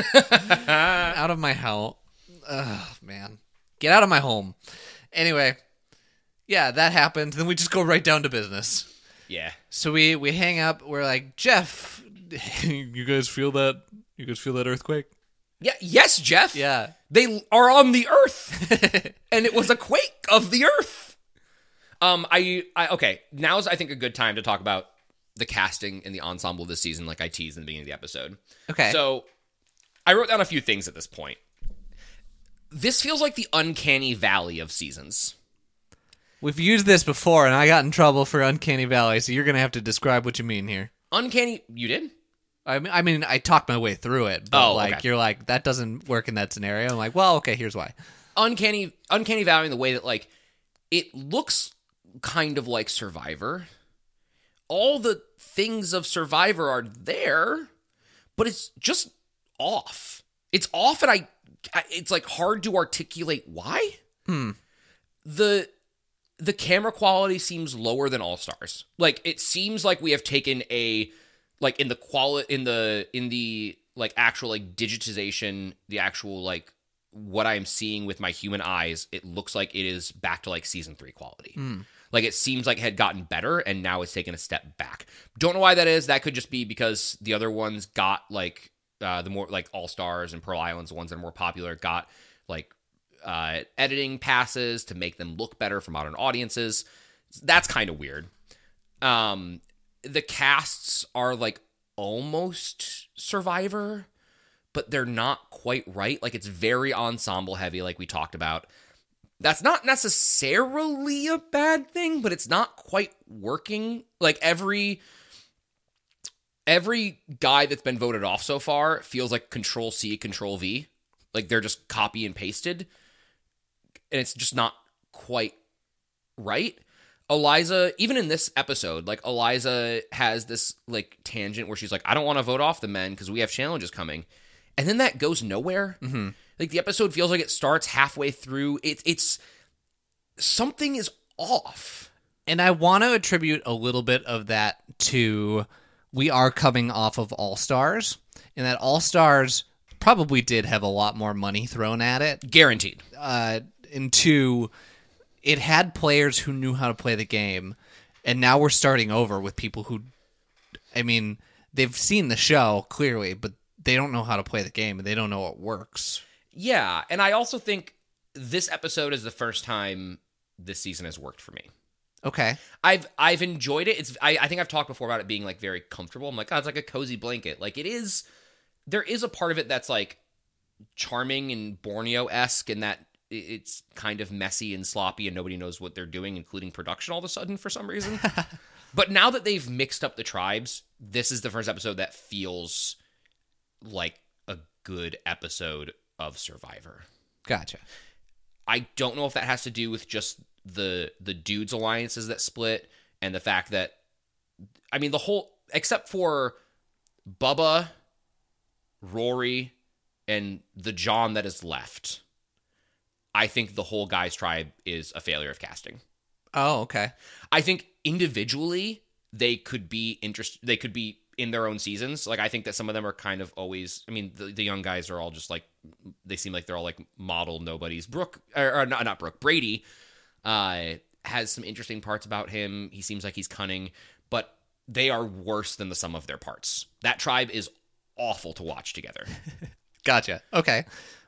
B: out of my house. Ugh, man. Get out of my home. Anyway, yeah, that happens. Then we just go right down to business.
A: Yeah.
B: So we we hang up. We're like, Jeff, you guys feel that? You guys feel that earthquake?
A: Yeah. Yes, Jeff.
B: Yeah.
A: They are on the Earth, and it was a quake of the Earth. Um, I, I okay. Now's I think a good time to talk about the casting and the ensemble this season, like I teased in the beginning of the episode.
B: Okay.
A: So, I wrote down a few things at this point. This feels like the uncanny valley of seasons.
B: We've used this before, and I got in trouble for Uncanny Valley. So you're gonna have to describe what you mean here.
A: Uncanny. You did.
B: I mean, I mean, I talked my way through it, but
A: Oh,
B: like
A: okay.
B: you're like that doesn't work in that scenario. I'm like, well, okay, here's why.
A: uncanny uncanny valley in the way that like it looks kind of like survivor all the things of survivor are there but it's just off it's off and i, I it's like hard to articulate why the the camera quality seems lower than all stars like it seems like we have taken a like in the quali in the in the like actual like digitization the actual like what i'm seeing with my human eyes it looks like it is back to like season 3 quality
B: Hmm.
A: like it seems like it had gotten better and now it's taken a step back don't know why that is that could just be because the other ones got like uh the more like all stars and pearl islands the ones that are more popular got like uh, editing passes to make them look better for modern audiences. That's kind of weird. Um, the casts are like almost Survivor, but they're not quite right. Like it's very ensemble heavy, like we talked about. That's not necessarily a bad thing, but it's not quite working. Like every every guy that's been voted off so far feels like control C, control V. Like they're just copy and pasted and it's just not quite right. Eliza, even in this episode, like Eliza has this like tangent where she's like, I don't want to vote off the men because we have challenges coming. And then that goes nowhere. Mm-hmm. Like the episode feels like it starts halfway through. It, it's something is off.
B: And I want to attribute a little bit of that to we are coming off of All Stars, and that All Stars probably did have a lot more money thrown at it.
A: Guaranteed.
B: uh, and two, it had players who knew how to play the game, and now we're starting over with people who, I mean, they've seen the show clearly, but they don't know how to play the game and they don't know what works.
A: Yeah. And I also think this episode is the first time this season has worked for me.
B: Okay,
A: I've I've enjoyed it. It's I, I think I've talked before about it being like very comfortable. I'm like, oh, it's like a cozy blanket. Like it is there is a part of it that's like charming and Borneo esque and that i- it's kind of messy and sloppy and nobody knows what they're doing, including production all of a sudden for some reason. but now that they've mixed up the tribes, this is the first episode that feels like a good episode of Survivor.
B: gotcha.
A: I don't know if that has to do with just the the dudes alliances that split and the fact that I mean the whole except for Bubba, Rory, and the John that is left. I think the whole guys tribe is a failure of casting.
B: Oh, okay.
A: I think individually they could be interest they could be in their own seasons. Like I think that some of them are kind of always. I mean, the, the young guys are all just like they seem like they're all like model nobodies. Brooke or, or not not Brooke Brady uh, has some interesting parts about him. He seems like he's cunning, but they are worse than the sum of their parts. That tribe is awful to watch together.
B: Gotcha. Okay.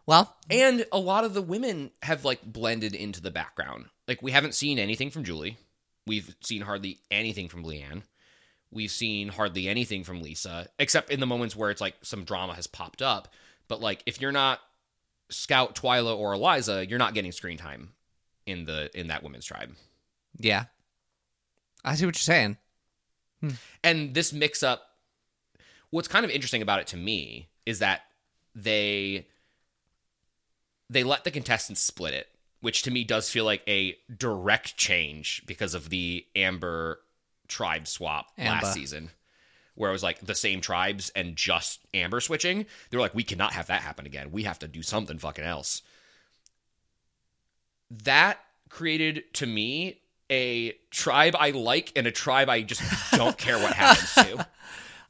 B: Well,
A: and a lot of the women have like blended into the background. Like we haven't seen anything from Julie. We've seen hardly anything from Leanne. We've seen hardly anything from Lisa, except in the moments where it's like some drama has popped up. But like if you're not Scout, Twyla, or Eliza, you're not getting screen time in the in that women's tribe.
B: yeah. I see what you're saying.
A: And this mix up, what's kind of interesting about it to me is that they they let the contestants split it, which to me does feel like a direct change because of the Amber tribe swap
B: Amber.
A: last season, where it was like the same tribes and just Amber switching. They were like, we cannot have that happen again. We have to do something fucking else. That created to me a tribe I like and a tribe I just don't care what happens to.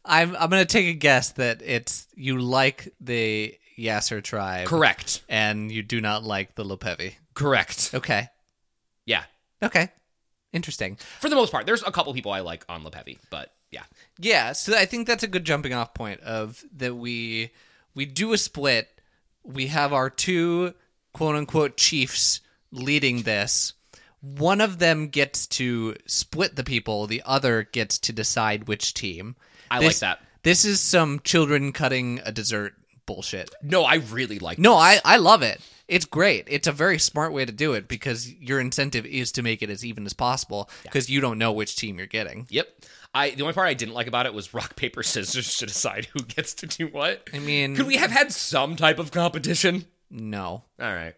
B: I'm I'm gonna take a guess that it's you like the Yasser tribe,
A: Correct.
B: and you do not like the Lopevi.
A: Correct.
B: Okay.
A: Yeah.
B: Okay. Interesting.
A: For the most part, there's a couple people I like on Lepevi, but yeah.
B: Yeah, so I think that's a good jumping off point of that we we do a split. We have our two quote unquote chiefs leading this. One of them gets to split the people, the other gets to decide which team.
A: I
B: This-
A: like that.
B: This is some children cutting a dessert bullshit.
A: No, I really like
B: No, I, I love it. It's great. It's a very smart way to do it because your incentive is to make it as even as possible because you don't know which team you're getting.
A: Yep. I the only part I didn't like about it was rock paper scissors to decide who gets to do what.
B: I mean,
A: Could we have had some type of competition?
B: no.
A: All right.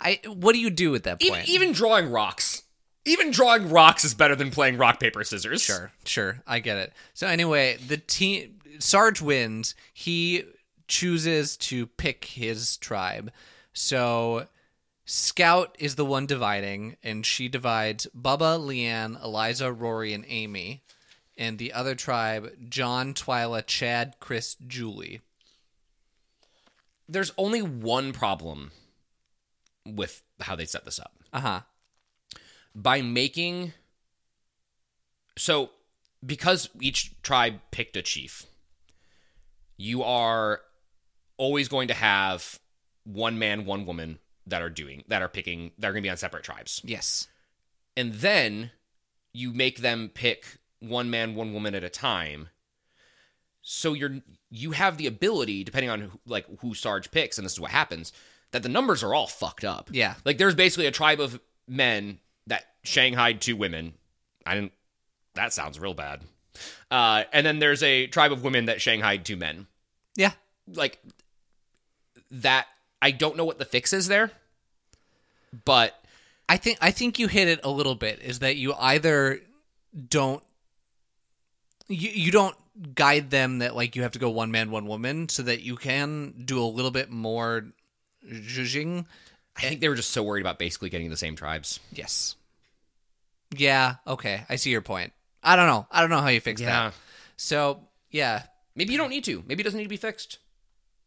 B: I what do you do at that
A: Even,
B: point?
A: E-, even drawing rocks. Even drawing rocks is better than playing rock paper scissors.
B: sure, sure, I get it. So anyway, the team Sarge wins. He chooses to pick his tribe. So Scout is the one dividing, and she divides Bubba, Leanne, Eliza, Rory, and Amy. And the other tribe, John, Twyla, Chad, Chris, Julie.
A: There's only one problem with how they set this up.
B: Uh huh.
A: by making so because each tribe picked a chief you are always going to have one man one woman that are doing that are picking that are going to be on separate tribes
B: Yes.
A: and then you make them pick one man one woman at a time so you're you have the ability depending on who, like who sarge picks and this is what happens that the numbers are all fucked up
B: Yeah.
A: like there's basically a tribe of men that shanghaied two women. I didn't. That sounds real bad. Uh, and then there's a tribe of women that shanghaied two men.
B: Yeah.
A: Like that. I don't know what the fix is there, but
B: I think I think you hit it a little bit is that you either don't you you don't guide them that like you have to go one man one woman so that you can do a little bit more zhuzhing.
A: I think they were just so worried about basically getting the same tribes.
B: Yes. Yeah, okay. I see your point. I don't know. I don't know how you fix that. So, yeah,
A: Maybe you don't need to. Maybe it doesn't need to be fixed.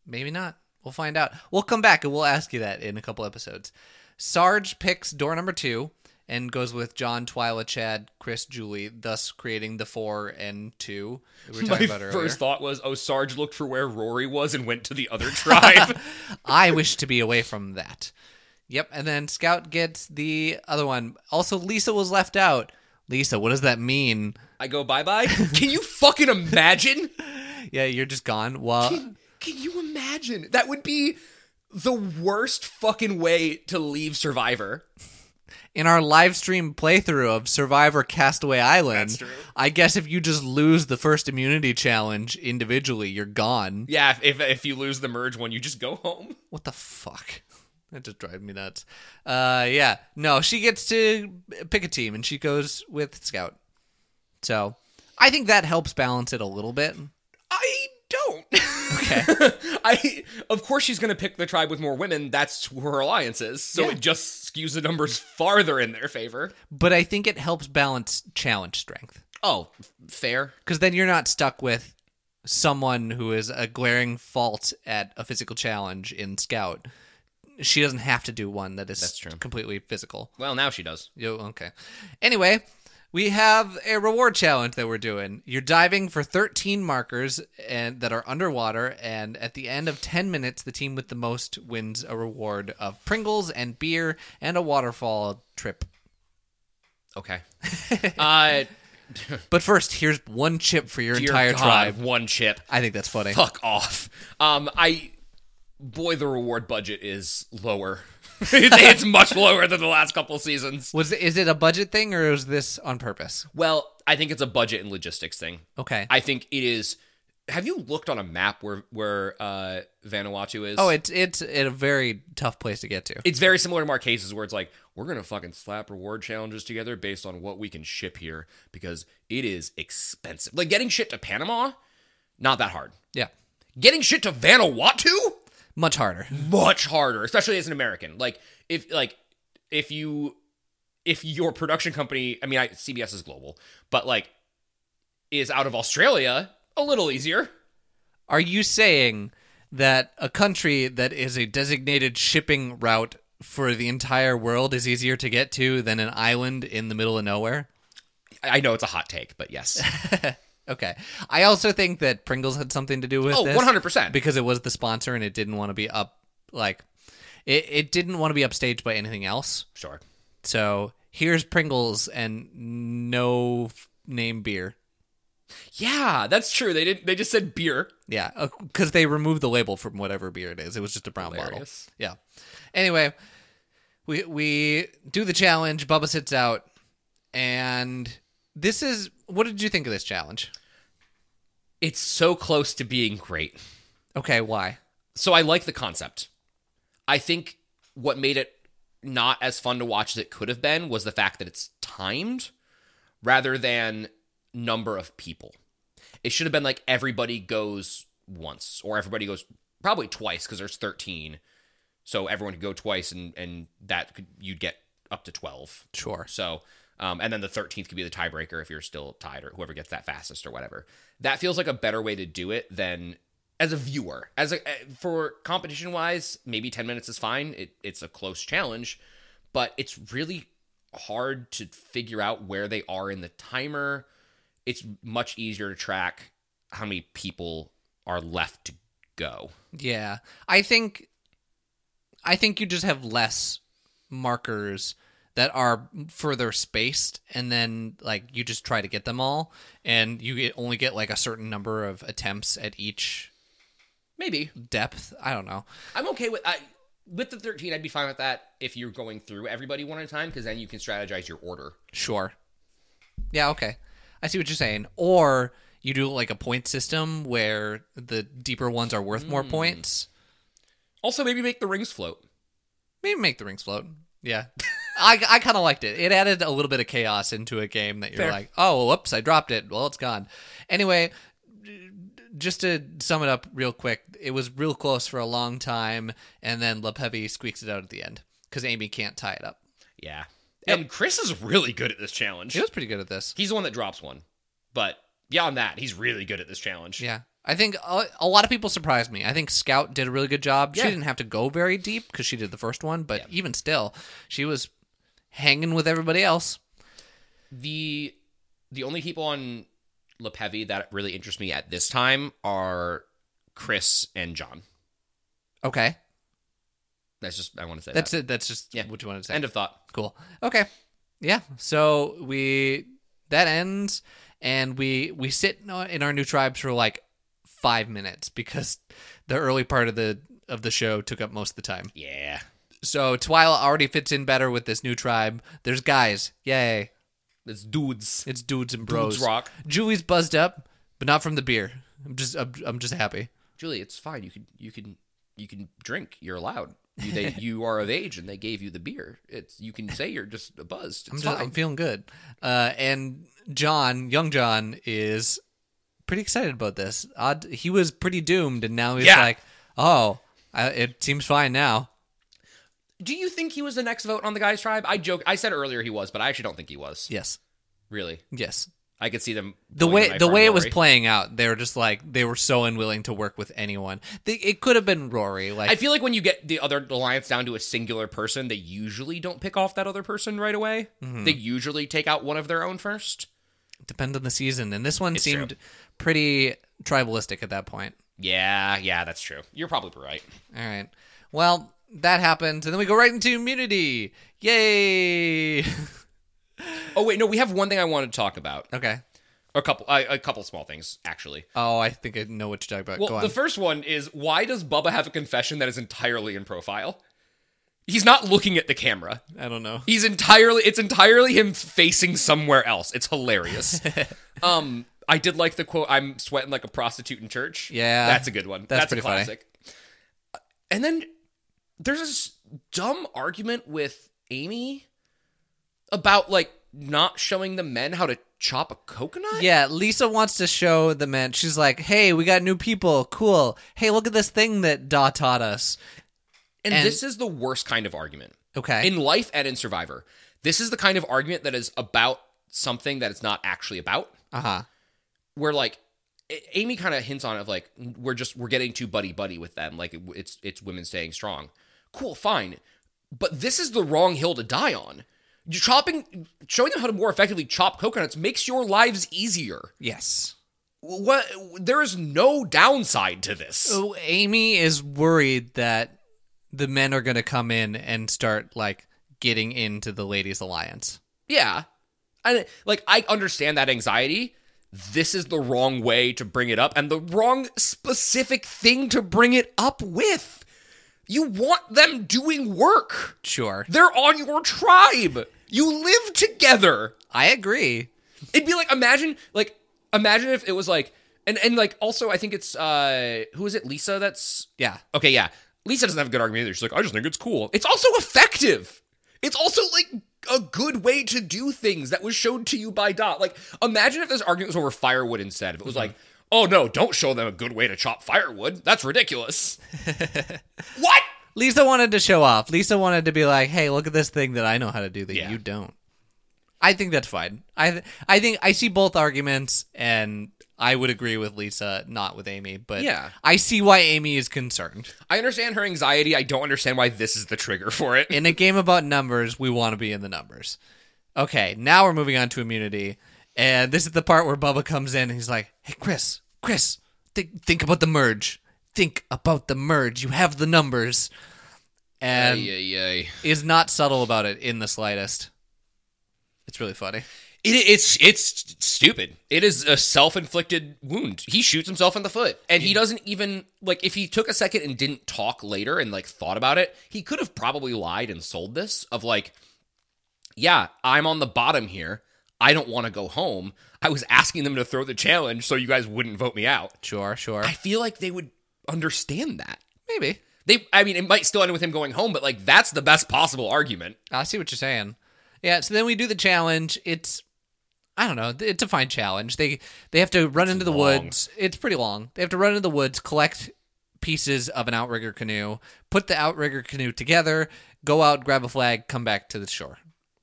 B: Maybe not. We'll find out. We'll come back and we'll ask you that in a couple episodes. Sarge picks door number two and goes with John, Twyla, Chad, Chris, Julie, thus creating the four and two that we were talking
A: My
B: about earlier.
A: first thought was, oh, Sarge looked for where Rory was and went to the other tribe.
B: I wish to be away from that. Yep. And then Scout gets the other one. Also, Lisa was left out. Lisa, what does that mean?
A: I go bye bye. Can you fucking imagine?
B: Yeah, you're just gone. Well,
A: Can, can you imagine? That would be the worst fucking way to leave Survivor.
B: in our live stream playthrough of Survivor Castaway Island,
A: That's true.
B: I guess if you just lose the first immunity challenge individually, you're gone.
A: Yeah, if, if if you lose the merge one, you just go home.
B: What the fuck? That just drives me nuts. Uh, yeah. No, she gets to pick a team, and she goes with Scout. So, I think that helps balance it a little bit.
A: I don't.
B: Okay.
A: I of course she's gonna pick the tribe with more women. That's who her alliance is. So
B: Yeah.
A: it just skews the numbers farther in their favor.
B: But I think it helps balance challenge strength.
A: Oh, f- fair.
B: Because then you're not stuck with someone who is a glaring fault at a physical challenge in Scout. She doesn't have to do one that is
A: That's true.
B: completely physical.
A: Well, now she does.
B: Yo, okay. Anyway, we have a reward challenge that we're doing. You're diving for 13 markers and that are underwater, and at the end of 10 minutes, the team with the most wins a reward of Pringles and beer and a waterfall trip.
A: Okay. uh,
B: But first, here's one chip for your
A: dear
B: entire
A: God,
B: tribe.
A: One chip.
B: I think that's funny.
A: Fuck off. Um, I boy, the reward budget is lower. it's, it's much lower than the last couple seasons.
B: Was is it a budget thing or is this on purpose?
A: Well, I think it's a budget and logistics thing.
B: Okay.
A: I think it is. Have you looked on a map where where uh, Vanuatu is?
B: oh, it's it's in a very tough place to get to.
A: it's very similar to Marquesas, where it's like we're gonna fucking slap reward challenges together based on what we can ship here because it is expensive. Like getting shit to Panama, not that hard.
B: yeah,
A: Getting shit to Vanuatu,
B: much harder.
A: much harder, especially as an American. Like if like if you if your production company, I mean, I, CBS is global, but like is out of Australia, a little easier.
B: Are you saying that a country that is a designated shipping route for the entire world is easier to get to than an island in the middle of nowhere?
A: I I know it's a hot take, but yes.
B: Okay. I also think that Pringles had something to do with
A: Oh,
B: this.
A: 100%.
B: Because it was the sponsor and it didn't want to be up like it, it didn't want to be upstaged by anything else.
A: sure.
B: So here's Pringles and no f- name beer.
A: Yeah, that's true. They didn't. They just said beer.
B: Yeah, because they removed the label from whatever beer it is. It was just a brown
A: Hilarious.
B: bottle. Yeah. Anyway, we we do the challenge. Bubba sits out, and this is what did you think of this challenge?
A: It's so close to being great.
B: Okay, why?
A: So I like the concept. I think what made it not as fun to watch as it could have been was the fact that it's timed rather than number of people. It should have been like everybody goes once or everybody goes probably twice because there's 13. So everyone could go twice and and that could you'd get up to 12.
B: Sure.
A: So, um, and then the 13th could be the tiebreaker if you're still tied or whoever gets that fastest or whatever. That feels like a better way to do it than as a viewer. As a eh, for competition wise, maybe 10 minutes is fine. It, it's a close challenge, but it's really hard to figure out where they are in the timer. It's much easier to track how many people are left to go.
B: Yeah, I think I think you just have less markers that are further spaced, and then like you just try to get them all, and you get, only get like a certain number of attempts at each
A: Maybe.
B: depth. I don't know.
A: I'm okay with I with the 13. I'd be fine with that if you're going through everybody one at a time because then you can strategize your order.
B: Sure. Yeah, okay. I see what you're saying. Or you do like a point system where the deeper ones are worth more points.
A: Also, maybe make the rings float.
B: Maybe make the rings float. Yeah. I, I kind of liked it. It added a little bit of chaos into a game that you're
A: Fair.
B: like, oh, whoops, I dropped it. Well, it's gone. Anyway, just to sum it up real quick, it was real close for a long time, and then LePevy squeaks it out at the end because Amy can't tie it up.
A: Yeah. And Chris is really good at this challenge.
B: She was pretty good at this.
A: He's the one that drops one, but beyond that, he's really good at this challenge.
B: Yeah. I think a, a lot of people surprised me. I think Scout did a really good job. She
A: Yeah.
B: didn't have to go very deep because she did the first one, but even still, she was hanging with everybody else.
A: The the only people on LePevy that really interest me at this time are Chris and John.
B: Okay.
A: That's just I want to say
B: That's
A: that.
B: it. That's just
A: Yeah.
B: what you wanted to say.
A: End of thought.
B: cool. Okay. Yeah. So we, that ends and we, we sit in our- in our new tribes for like five minutes because the early part of the, of the show took up most of the time.
A: Yeah.
B: So Twyla already fits in better with this new tribe. There's guys. Yay.
A: It's dudes.
B: It's dudes and bros.
A: Dudes rock.
B: Julie's buzzed up, but not from the beer. I'm just I'm, I'm just happy.
A: Julie, it's fine. You can you can you can drink. You're allowed. You, they, you are of age, and they gave you the beer. It's you can say you're just buzzed.
B: I'm
A: It's
B: just,
A: fine.
B: I'm feeling good. Uh, and John, young John, is pretty excited about this. Odd, he was pretty doomed, and now he's
A: Yeah.
B: like, oh, I, it seems fine now.
A: Do you think he was the next vote on the guys tribe? I joke. I said earlier he was, but I actually don't think he was.
B: Yes,
A: Really,
B: yes.
A: I could see them
B: the
A: pulling
B: way
A: knife
B: the
A: on
B: way it was
A: Rory.
B: playing out, they were just like they were so unwilling to work with anyone. They, it could have been Rory. Like
A: I feel like when you get the other alliance down to a singular person, they usually don't pick off that other person right away. They usually take out one of their own first.
B: depend on the season, and this one
A: true.
B: seemed pretty tribalistic at that point.
A: Yeah, yeah, that's true. You're probably right.
B: All right. Well, that happens, and then we go right into immunity. Yay!
A: Oh wait, no, we have one thing I wanted to talk about.
B: okay.
A: A couple, uh, a couple small things actually.
B: Oh, I think I know what you're talking about. go
A: Well,
B: on.
A: the first one is why does Bubba have a confession that is entirely in profile? He's not looking at the camera.
B: I don't know.
A: He's entirely it's entirely him facing somewhere else. It's hilarious. um I did like the quote I'm sweating like a prostitute in church.
B: Yeah.
A: That's a good one.
B: That's
A: That's,
B: pretty
A: a
B: funny.
A: classic. Uh, And then there's this dumb argument with Amy about like not showing the men how to chop a coconut.
B: Yeah, Lisa wants to show the men. She's like, "Hey, we got new people. Cool. Hey, look at this thing that Da taught us."
A: And,
B: and-
A: this is the worst kind of argument.
B: Okay.
A: In life and in Survivor, this is the kind of argument that is about something that it's not actually about.
B: uh huh.
A: where like A- Amy kind of hints on it of like we're just we're getting too buddy buddy with them like it- it's it's women staying strong. Cool, fine. But this is the wrong hill to die on. You're chopping showing them how to more effectively chop coconuts makes your lives easier.
B: Yes.
A: What there is no downside to this.
B: So Amy is worried that the men are going to come in and start like getting into the ladies' alliance.
A: Yeah. I like I understand that anxiety. This is the wrong way to bring it up and the wrong specific thing to bring it up with. You want them doing work.
B: Sure,
A: They're on your tribe. You live together.
B: I agree.
A: It'd be like imagine like imagine if it was like and and like also I think it's uh who is it Lisa that's
B: Yeah,
A: Okay, yeah. Lisa doesn't have a good argument either. She's like, I just think it's cool. It's also effective. It's also like a good way to do things that was showed to you by Dot. Like, imagine if this argument was over firewood instead. If it was like, oh no, don't show them a good way to chop firewood. That's ridiculous. what?
B: Lisa wanted to show off. Lisa wanted to be like, "Hey, look at this thing that I know how to do that
A: Yeah.
B: you don't." I think that's fine. I th- I think I see both arguments, and I would agree with Lisa, not with Amy. But
A: Yeah.
B: I see why Amy is concerned.
A: I understand her anxiety. I don't understand why this is the trigger for it.
B: In a game about numbers, we want to be in the numbers. Okay, now we're moving on to immunity, and this is the part where Bubba comes in and he's like, "Hey, Chris, Chris, think think about the merge. Think about the merge. You have the numbers." And
A: yay.
B: is not subtle about it in the slightest. It's really funny.
A: It, it's it's stupid. It is a self-inflicted wound. He shoots himself in the foot, and he doesn't even like. If he took a second and didn't talk later and like thought about it, he could have probably lied and sold this of like, yeah, I'm on the bottom here. I don't want to go home. I was asking them to throw the challenge so you guys wouldn't vote me out.
B: Sure, sure.
A: I feel like they would understand that.
B: Maybe.
A: They, I mean, it might still end with him going home, but like that's the best possible argument.
B: I see what you're saying. Yeah, so then we do the challenge. It's I don't know, it's a fine challenge. They they have to run into the
A: long.
B: woods. It's pretty long. They have to run into the woods, collect pieces of an outrigger canoe, put the outrigger canoe together, go out, grab a flag, come back to the shore.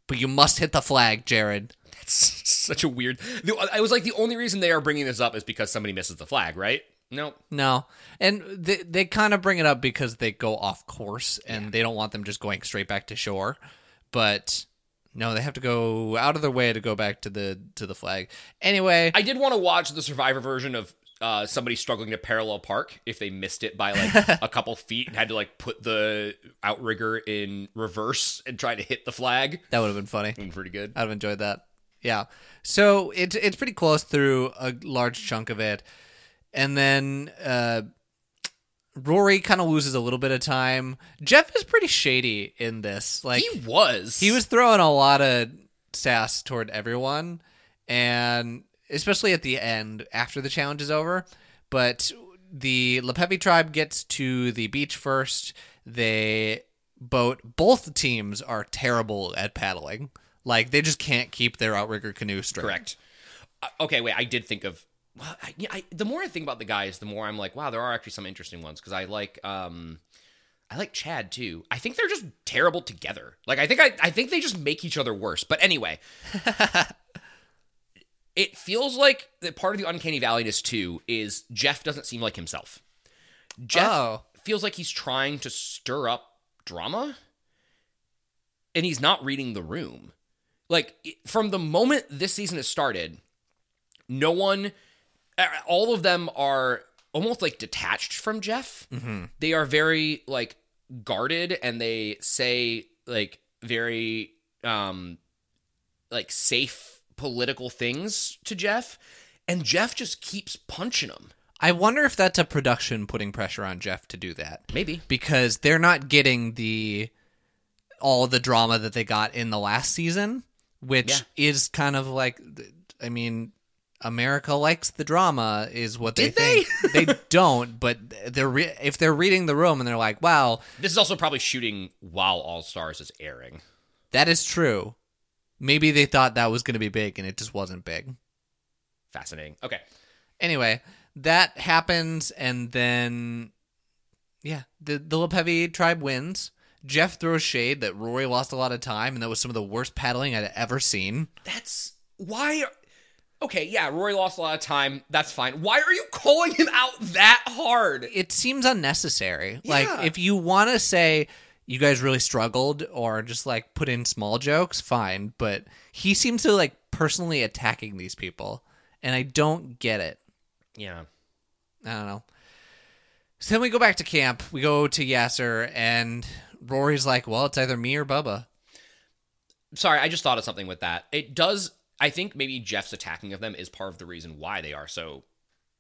B: But you must hit the flag, Jared.
A: such a weird. The, I was like, the only reason they are bringing this up is because somebody misses the flag, right? No,
B: No. And they, they kind of bring it up because they go off course and they don't want them just going straight back to shore. But no, they have to go out of their way to go back to the to the flag. Anyway,
A: I did want to watch the Survivor version of uh, somebody struggling to parallel park if they missed it by like a couple feet and had to like put the outrigger in reverse and try to hit the flag.
B: that would have been funny.
A: Been pretty good.
B: I'd have enjoyed that. Yeah. So it's it's pretty close through a large chunk of it, and then uh, Rory kind of loses a little bit of time. Jeff is pretty shady in this. Like
A: He was.
B: he was throwing a lot of sass toward everyone and especially at the end after the challenge is over but the lepevi tribe gets to the beach first they boat both teams are terrible at paddling like they just can't keep their outrigger canoe straight
A: correct. Uh, okay, wait. I did think of. Well, I, yeah, I, the more I think about the guys, the more I'm like, wow, there are actually some interesting ones because I like. um I like Chad too. I think they're just terrible together. Like I think I, I think they just make each other worse. But anyway, It feels like that part of the uncanny valleyness too is Jeff doesn't seem like himself. Jeff
B: Oh.
A: feels like he's trying to stir up drama, and he's not reading the room. Like it- from the moment this season has started, no one, uh, all of them are almost like detached from Jeff. They are very like guarded, and they say like very um like safe political things to Jeff, and Jeff just keeps punching him.
B: I wonder if that's a production putting pressure on Jeff to do that.
A: Maybe.
B: because they're not getting the all the drama that they got in the last season, which is kind of like I mean, America likes the drama is what they
A: Did they?
B: think. they don't, but they're re- if they're reading the room and they're like, "Wow,
A: This is also probably shooting while All Stars is airing.
B: that is true." Maybe they thought that was going to be big and it just wasn't big.
A: Fascinating. Okay.
B: Anyway, that happens, and then yeah, the the Lepevi tribe wins. Jeff throws shade that Rory lost a lot of time, and that was some of the worst paddling I'd ever seen.
A: That's why. Okay, yeah, Rory lost a lot of time. That's fine. Why are you calling him out that hard?
B: It seems unnecessary.
A: Yeah.
B: Like if you want to say you guys really struggled, or just like put in small jokes, fine. But he seems to like personally attacking these people, and I don't get it.
A: Yeah.
B: I don't know. So then we go back to camp. We go to Yasser, and Rory's like, "Well, it's either me or Bubba."
A: Sorry, I just thought of something with that. It does. I think maybe Jeff's attacking of them is part of the reason why they are so,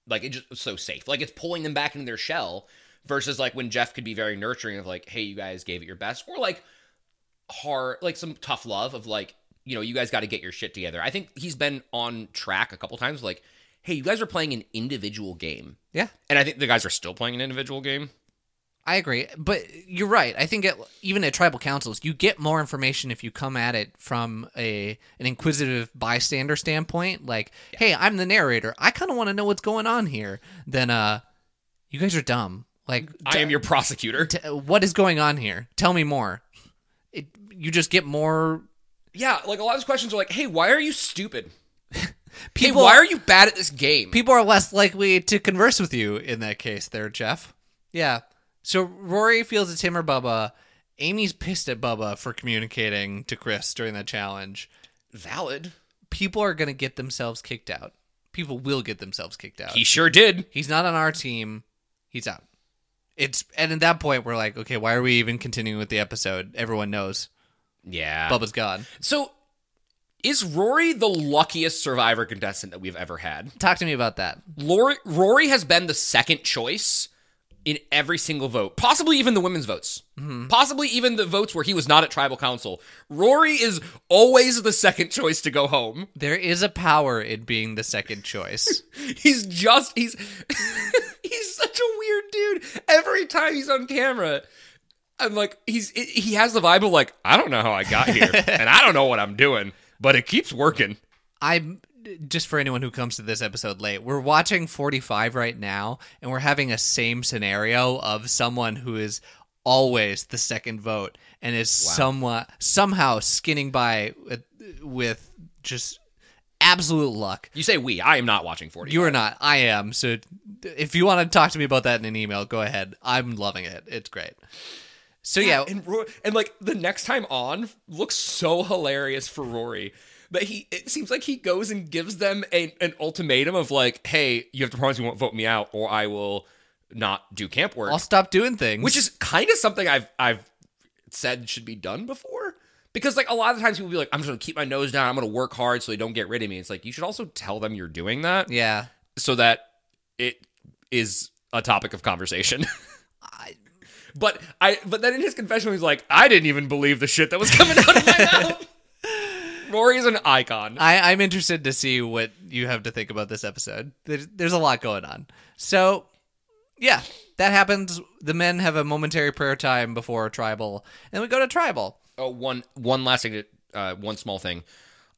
A: like, it just so safe. Like, it's pulling them back into their shell versus like when Jeff could be very nurturing of like, hey, you guys gave it your best, or like hard, like some tough love of like, you know, you guys got to get your shit together. I think he's been on track a couple times, like, hey, you guys are playing an individual game.
B: Yeah,
A: And I think the guys are still playing an individual game.
B: I agree. But you're right. I think at, even at tribal councils, you get more information if you come at it from a an inquisitive bystander standpoint. Like, "Hey, I'm the narrator. I kind of want to know what's going on here." Then, uh, you guys are dumb. Like,
A: I am your prosecutor.
B: t- what is going on here? Tell me more. It, you just get more
A: yeah, like a lot of those questions are like, hey, why are you stupid? Hey,
B: people.
A: why are you bad at this game?
B: people are less likely to converse with you in that case there jeff yeah so rory feels it's him or bubba amy's pissed at bubba for communicating to chris during the challenge
A: Valid.
B: people are going to get themselves kicked out people will get themselves kicked out
A: He sure did.
B: he's not on our team he's out it's and at that point we're like okay why are we even continuing with the episode everyone knows
A: Yeah.
B: bubba's gone
A: so, is Rory the luckiest survivor contestant that we've ever had?
B: talk to me about that
A: Lori- Rory has been the second choice in every single vote, possibly even the women's votes, possibly even the votes where he was not at tribal council. Rory is always the second choice to go home.
B: there is a power in being the second choice
A: He's just he's he's such a weird dude. Every time he's on camera, I'm like he's he has the vibe of like I don't know how I got here and I don't know what I'm doing, but it keeps working.
B: I'm just for anyone who comes to this episode late, we're watching 45 right now, and we're having a same scenario of someone who is always the second vote and is somewhat somehow skinning by with, with just absolute luck.
A: You say we, I am not watching 40.
B: You are not. I am. So if you want to talk to me about that in an email, go ahead. I'm loving it. It's great. So yeah,
A: and Rory, and like the next time on looks so hilarious for Rory that he it seems like he goes and gives them a, an ultimatum of like, hey, you have to promise you won't vote me out or I will not do camp work,
B: I'll stop doing things.
A: which is kind of something I've I've said should be done before. Because like a lot of times people be like, I'm just gonna keep my nose down, I'm gonna work hard so they don't get rid of me. It's like you should also tell them you're doing that
B: yeah.
A: so that it is a topic of conversation. but I but then in his confessional he's like, I didn't even believe the shit that was coming out of my mouth. Rory's an icon.
B: I, I'm interested to see what you have to think about this episode. There's, there's a lot going on. So, yeah, that happens. The men have a momentary prayer time before tribal, and we go to tribal.
A: Oh, one one last thing, to, uh, one small thing.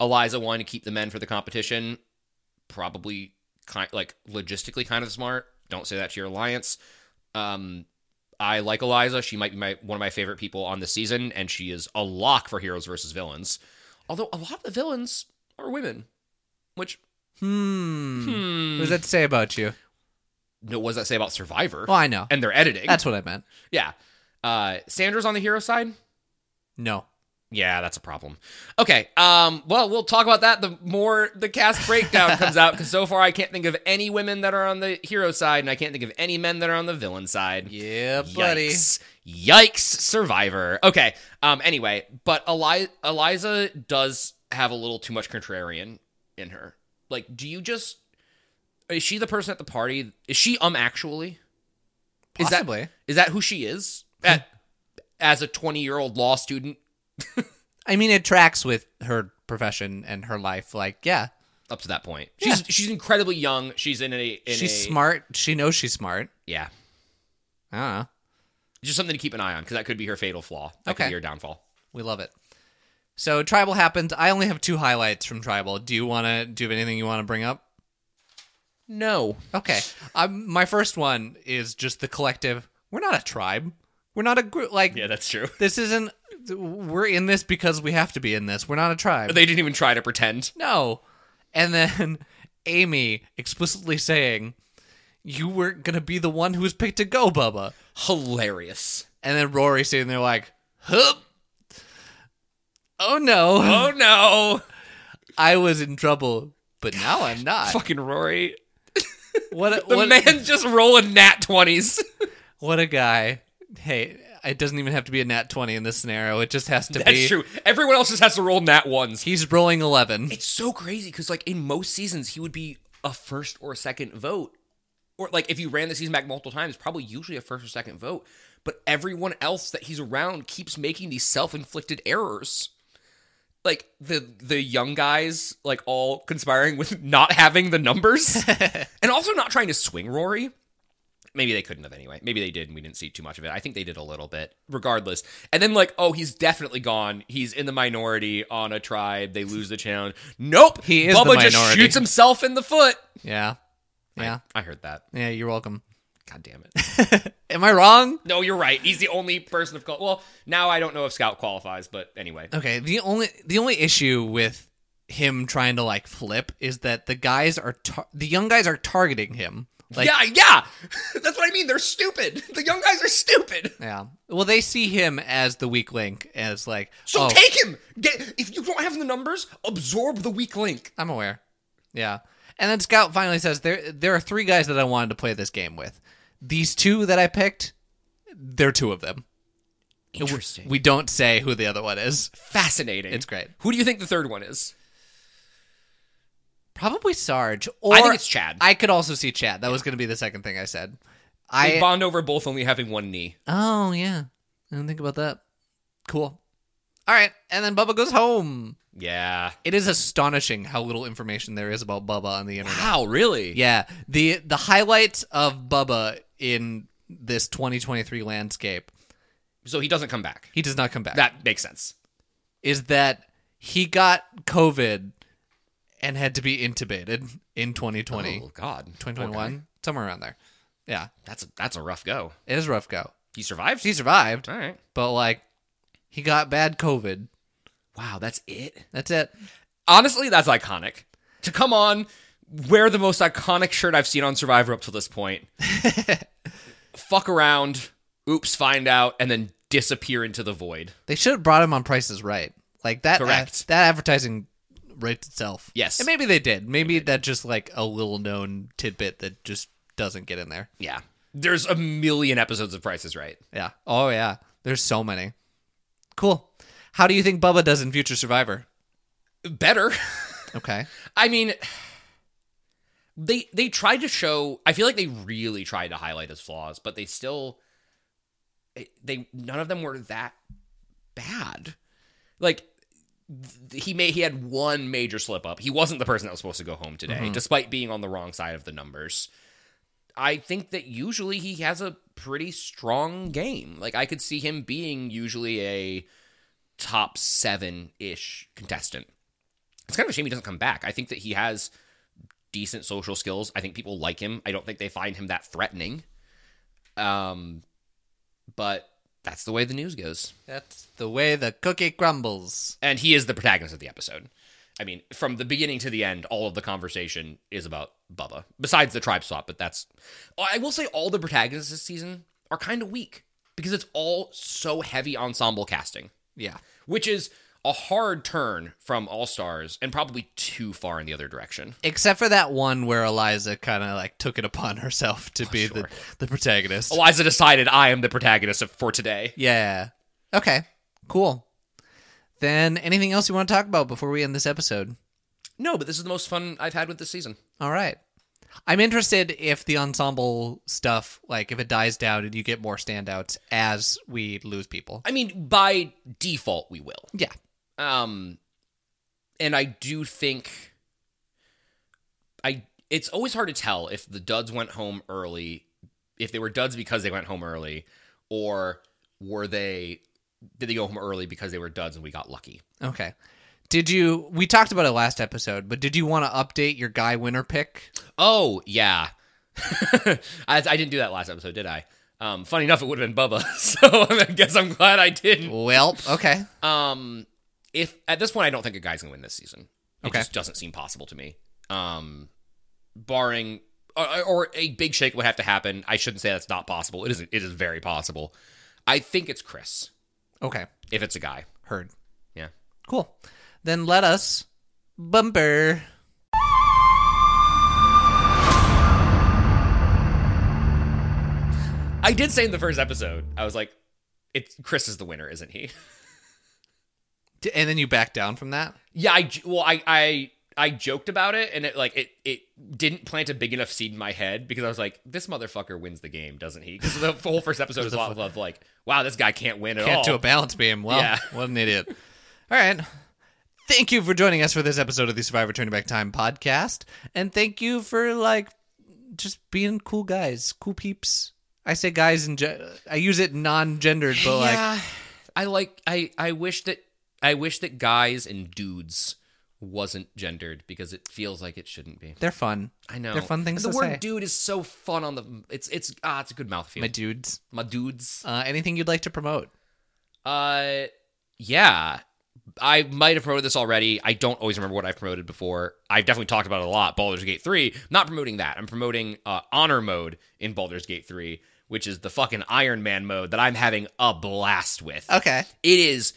A: Eliza wanting to keep the men for the competition, probably kind like logistically kind of smart. Don't say that to your alliance. Um, I like Eliza. She might be my one of my favorite people on this season, and she is a lock for heroes versus villains. Although a lot of the villains are women, which
B: Hmm. What does that say about you?
A: No, what does that say about Survivor?
B: Well, I know.
A: and their editing.
B: That's what I meant.
A: yeah. Uh, Sandra's on the hero side.
B: No.
A: Yeah, that's a problem. Okay. Um, well, we'll talk about that the more the cast breakdown comes out because so far I can't think of any women that are on the hero side, and I can't think of any men that are on the villain side.
B: Yeah,
A: Yikes. Yikes, Survivor. Okay. Um. Anyway, but Eli- Eliza does have a little too much contrarian in her. Like, do you just is she the person at the party? Is she um actually? Is that-
B: Possibly.
A: Is that who she is? At, as a twenty year old law student,
B: I mean, it tracks with her profession and her life. Like, yeah,
A: up to that point, she's she's incredibly young. She's in a in
B: she's
A: a-
B: smart. She knows she's smart.
A: Yeah,
B: I don't know.
A: just something to keep an eye on because that could be her fatal flaw. That could
B: Okay.
A: be her downfall.
B: We love it. So tribal happens. I only have two highlights from tribal. Do you want to? Do you have anything you want to bring up?
A: No,
B: Okay. Um, my first one is just the collective. We're not a tribe. We're not a group. Like
A: yeah, that's true.
B: this isn't. We're in this because we have to be in this. We're not a tribe.
A: They didn't even try to pretend.
B: no. And then Amy explicitly saying, "You weren't gonna be the one who was picked to go, Bubba."
A: Hilarious.
B: And then Rory sitting there like, "Hup." Oh no,
A: Oh no,
B: I was in trouble, but now I'm not.
A: fucking Rory.
B: What a,
A: The
B: what,
A: man's just rolling nat twenties.
B: what a guy. Hey, it doesn't even have to be a nat 20 in this scenario. It just has to
A: That's
B: be
A: true. Everyone else just has to roll nat ones.
B: he's rolling 11.
A: It's so crazy because like in most seasons he would be a first or second vote, or like if you ran the season back multiple times, probably usually a first or second vote. But everyone else that he's around keeps making these self-inflicted errors. Like the the young guys, like all conspiring with not having the numbers, and also not trying to swing Rory. Maybe they couldn't have anyway. Maybe they did, and we didn't see too much of it. I think they did a little bit, regardless. And then like, oh, he's definitely gone. He's in the minority on a tribe. They lose the challenge. Nope,
B: He is the
A: Bubba just
B: minority.
A: shoots himself in the foot.
B: Yeah. Yeah.
A: I heard that.
B: Yeah, you're welcome.
A: God damn it.
B: Am I wrong?
A: no, you're right. He's the only person of color. Well, now I don't know if Scout qualifies, but anyway,
B: Okay, the only the only issue with him trying to like flip is that the guys are tar- the young guys are targeting him. Like
A: yeah, yeah. That's what I mean. They're stupid. The young guys are stupid.
B: yeah. Well, they see him as the weak link as like
A: So
B: oh,
A: take him. Get if you don't have the numbers, absorb the weak link.
B: I'm aware. Yeah. And then Scout finally says there there are three guys that I wanted to play this game with. These two that I picked, they're two of them.
A: Interesting.
B: We don't say who the other one is.
A: Fascinating.
B: It's great.
A: Who do you think the third one is?
B: Probably Sarge or
A: I think it's Chad.
B: I could also see Chad. That was going to be the second thing I said.
A: We
B: I
A: bond over both only having one knee.
B: Oh yeah. I didn't think about that. Cool. All right, and then Bubba goes home.
A: Yeah.
B: It is astonishing how little information there is about Bubba on the internet.
A: Wow, really?
B: Yeah, the the highlights of Bubba in this 2023 landscape.
A: So he doesn't come back.
B: He does not come back. That
A: That makes sense.
B: is that he got COVID and had to be intubated in 2020,
A: Oh God.
B: 2021,
A: Okay.
B: somewhere around there. Yeah,
A: That's a, that's a rough go.
B: it is a rough go.
A: He survived.
B: He survived,
A: All right.
B: but like he got bad COVID.
A: Wow, that's it.
B: That's it.
A: Honestly, that's iconic. To come on, wear the most iconic shirt I've seen on Survivor up to this point. Fuck around, oops, find out, and then disappear into the void.
B: They should have brought him on Price is Right. Like that.
A: Correct.
B: that advertising writes itself.
A: Yes.
B: And maybe they did. Maybe, that's just like a little known tidbit that just doesn't get in there.
A: Yeah. There's a million episodes of Price is Right.
B: Yeah. Oh yeah. There's so many. Cool. How do you think Bubba does in Future Survivor?
A: Better.
B: Okay.
A: I mean, they they tried to show. I feel like they really tried to highlight his flaws, but they still eh, they none of them were that bad. Like th- he may he had one major slip up. He wasn't the person that was supposed to go home today, despite being on the wrong side of the numbers. I think that usually he has a pretty strong game. Like I could see him being usually a top seven ish contestant. It's kind of a shame he doesn't come back. I think that he has decent social skills. I think people like him. I don't think they find him that threatening. Um, but that's the way the news goes.
B: That's the way the cookie crumbles.
A: And he is the protagonist of the episode. I mean, from the beginning to the end, all of the conversation is about Bubba, besides the tribe swap. But that's, I will say, all the protagonists this season are kind of weak because it's all so heavy ensemble casting,
B: Yeah.
A: which is a hard turn from All Stars and probably too far in the other direction.
B: Except for that one where Eliza kind of like took it upon herself to be the,
A: sure.
B: the protagonist.
A: Eliza decided I am the protagonist of, for today.
B: Yeah. Okay. Cool. Then anything else you want to talk about before we end this episode?
A: No, but this is the most fun I've had with this season.
B: All right. I'm interested if the ensemble stuff, like if it dies down and you get more standouts as we lose people.
A: I mean, by default, we will.
B: Yeah.
A: Um, and I do think I it's always hard to tell if the duds went home early, if they were duds because they went home early, or were they did they go home early because they were duds and we got lucky?
B: Okay. Did you? We talked about it last episode, but did you want to update your guy winner pick?
A: Oh yeah, I, I didn't do that last episode, did I? Um, funny enough, it would have been Bubba, so I guess I'm glad I didn't.
B: Well, okay.
A: Um, if at this point I don't think a guy's gonna win this season. It
B: Okay.
A: just doesn't seem possible to me. Um, barring or, or a big shake would have to happen. I shouldn't say that's not possible. It is. It is very possible. I think it's Chris
B: Okay.
A: if it's a guy.
B: Heard.
A: Yeah.
B: Cool. Then let us bumper.
A: I did say in the first episode, I was like, "It's Chris is the winner, isn't he?"
B: D- And then you back down from that?
A: yeah. I j- well, I I I joked about it, and it like it it didn't plant a big enough seed in my head because I was like, "This motherfucker wins the game, doesn't he?" Because the whole first episode is a lot of like, "Wow, this guy can't win at
B: Can't
A: all."
B: do a balance beam. Well,
A: Oh. Yeah.
B: what an idiot. All right. Thank you for joining us for this episode of the Survivor Turning Back Time podcast. And thank you for, like, just being cool guys, cool peeps. I say guys, and ge- I use it non gendered, but, like,
A: yeah, I like I I wish that I wish that guys and dudes wasn't gendered because it feels like it shouldn't be.
B: they're fun.
A: I know
B: They're fun things
A: The
B: to
A: word
B: say.
A: "dude" is so fun on the. It's it's ah, it's a good mouthfeel.
B: My
A: My,
B: dudes.
A: dudes.
B: Uh, anything you'd like to promote?
A: Uh, yeah. I might have promoted this already. I don't always remember what I've promoted before. I've definitely talked about it a lot. Baldur's Gate 3. Not promoting that. I'm promoting uh, Honor Mode in Baldur's Gate 3, which is the fucking Iron Man mode that I'm having a blast with.
B: Okay.
A: It is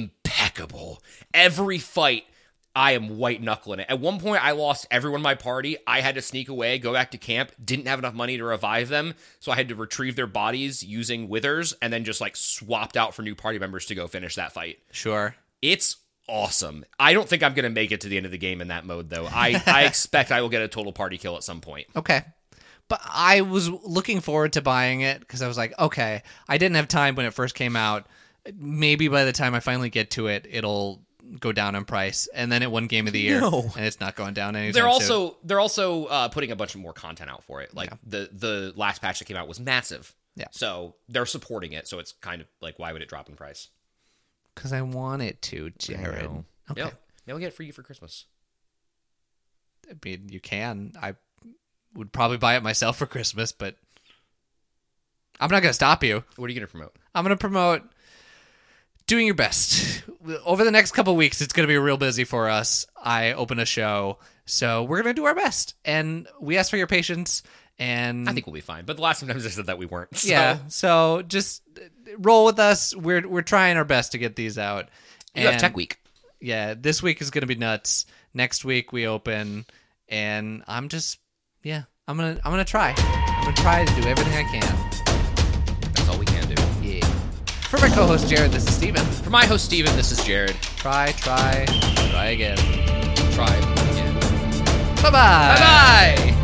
A: impeccable. Every fight, I am white knuckling it. At one point, I lost everyone in my party. I had to sneak away, go back to camp, didn't have enough money to revive them. So I had to retrieve their bodies using withers and then just like swapped out for new party members to go finish that fight.
B: Sure.
A: It's awesome. I don't think I'm going to make it to the end of the game in that mode, though. I, I expect I will get a total party kill at some point.
B: Okay. But I was looking forward to buying it because I was like, okay, I didn't have time when it first came out. Maybe by the time I finally get to it, it'll go down in price. And then it won Game of the Year,
C: No.
B: and it's not going down anytime
A: They're
B: soon.
A: also they're also uh, putting a bunch of more content out for it. Like the the last patch that came out was massive.
B: Yeah.
A: So they're supporting it. So it's kind of like why would it drop in price?
B: because I want it to, Jared. Okay,
A: Yep. They'll get it for you for Christmas.
B: I mean you can. I would probably buy it myself for Christmas, but I'm not gonna stop you.
A: What are you gonna promote?
B: I'm going to promote doing your best. Over the next couple weeks, it's going to be real busy for us. I open a show, so we're going to do our best. And we ask for your patience. And
A: I think we'll be fine. But the last sometimes I said that we weren't. so-
B: yeah, so just roll with us. We're we're trying our best to get these out.
A: You have tech week.
B: Yeah, this week is going to be nuts. Next week we open, and I'm just yeah, I'm gonna I'm gonna try. I'm gonna try to do everything I can.
A: That's all we can do.
B: Yeah. For my co-host Jared, this is Steven.
A: For my host Steven, this is Jared.
B: Try, try, try again.
A: Try again.
B: Bye bye.
A: Bye!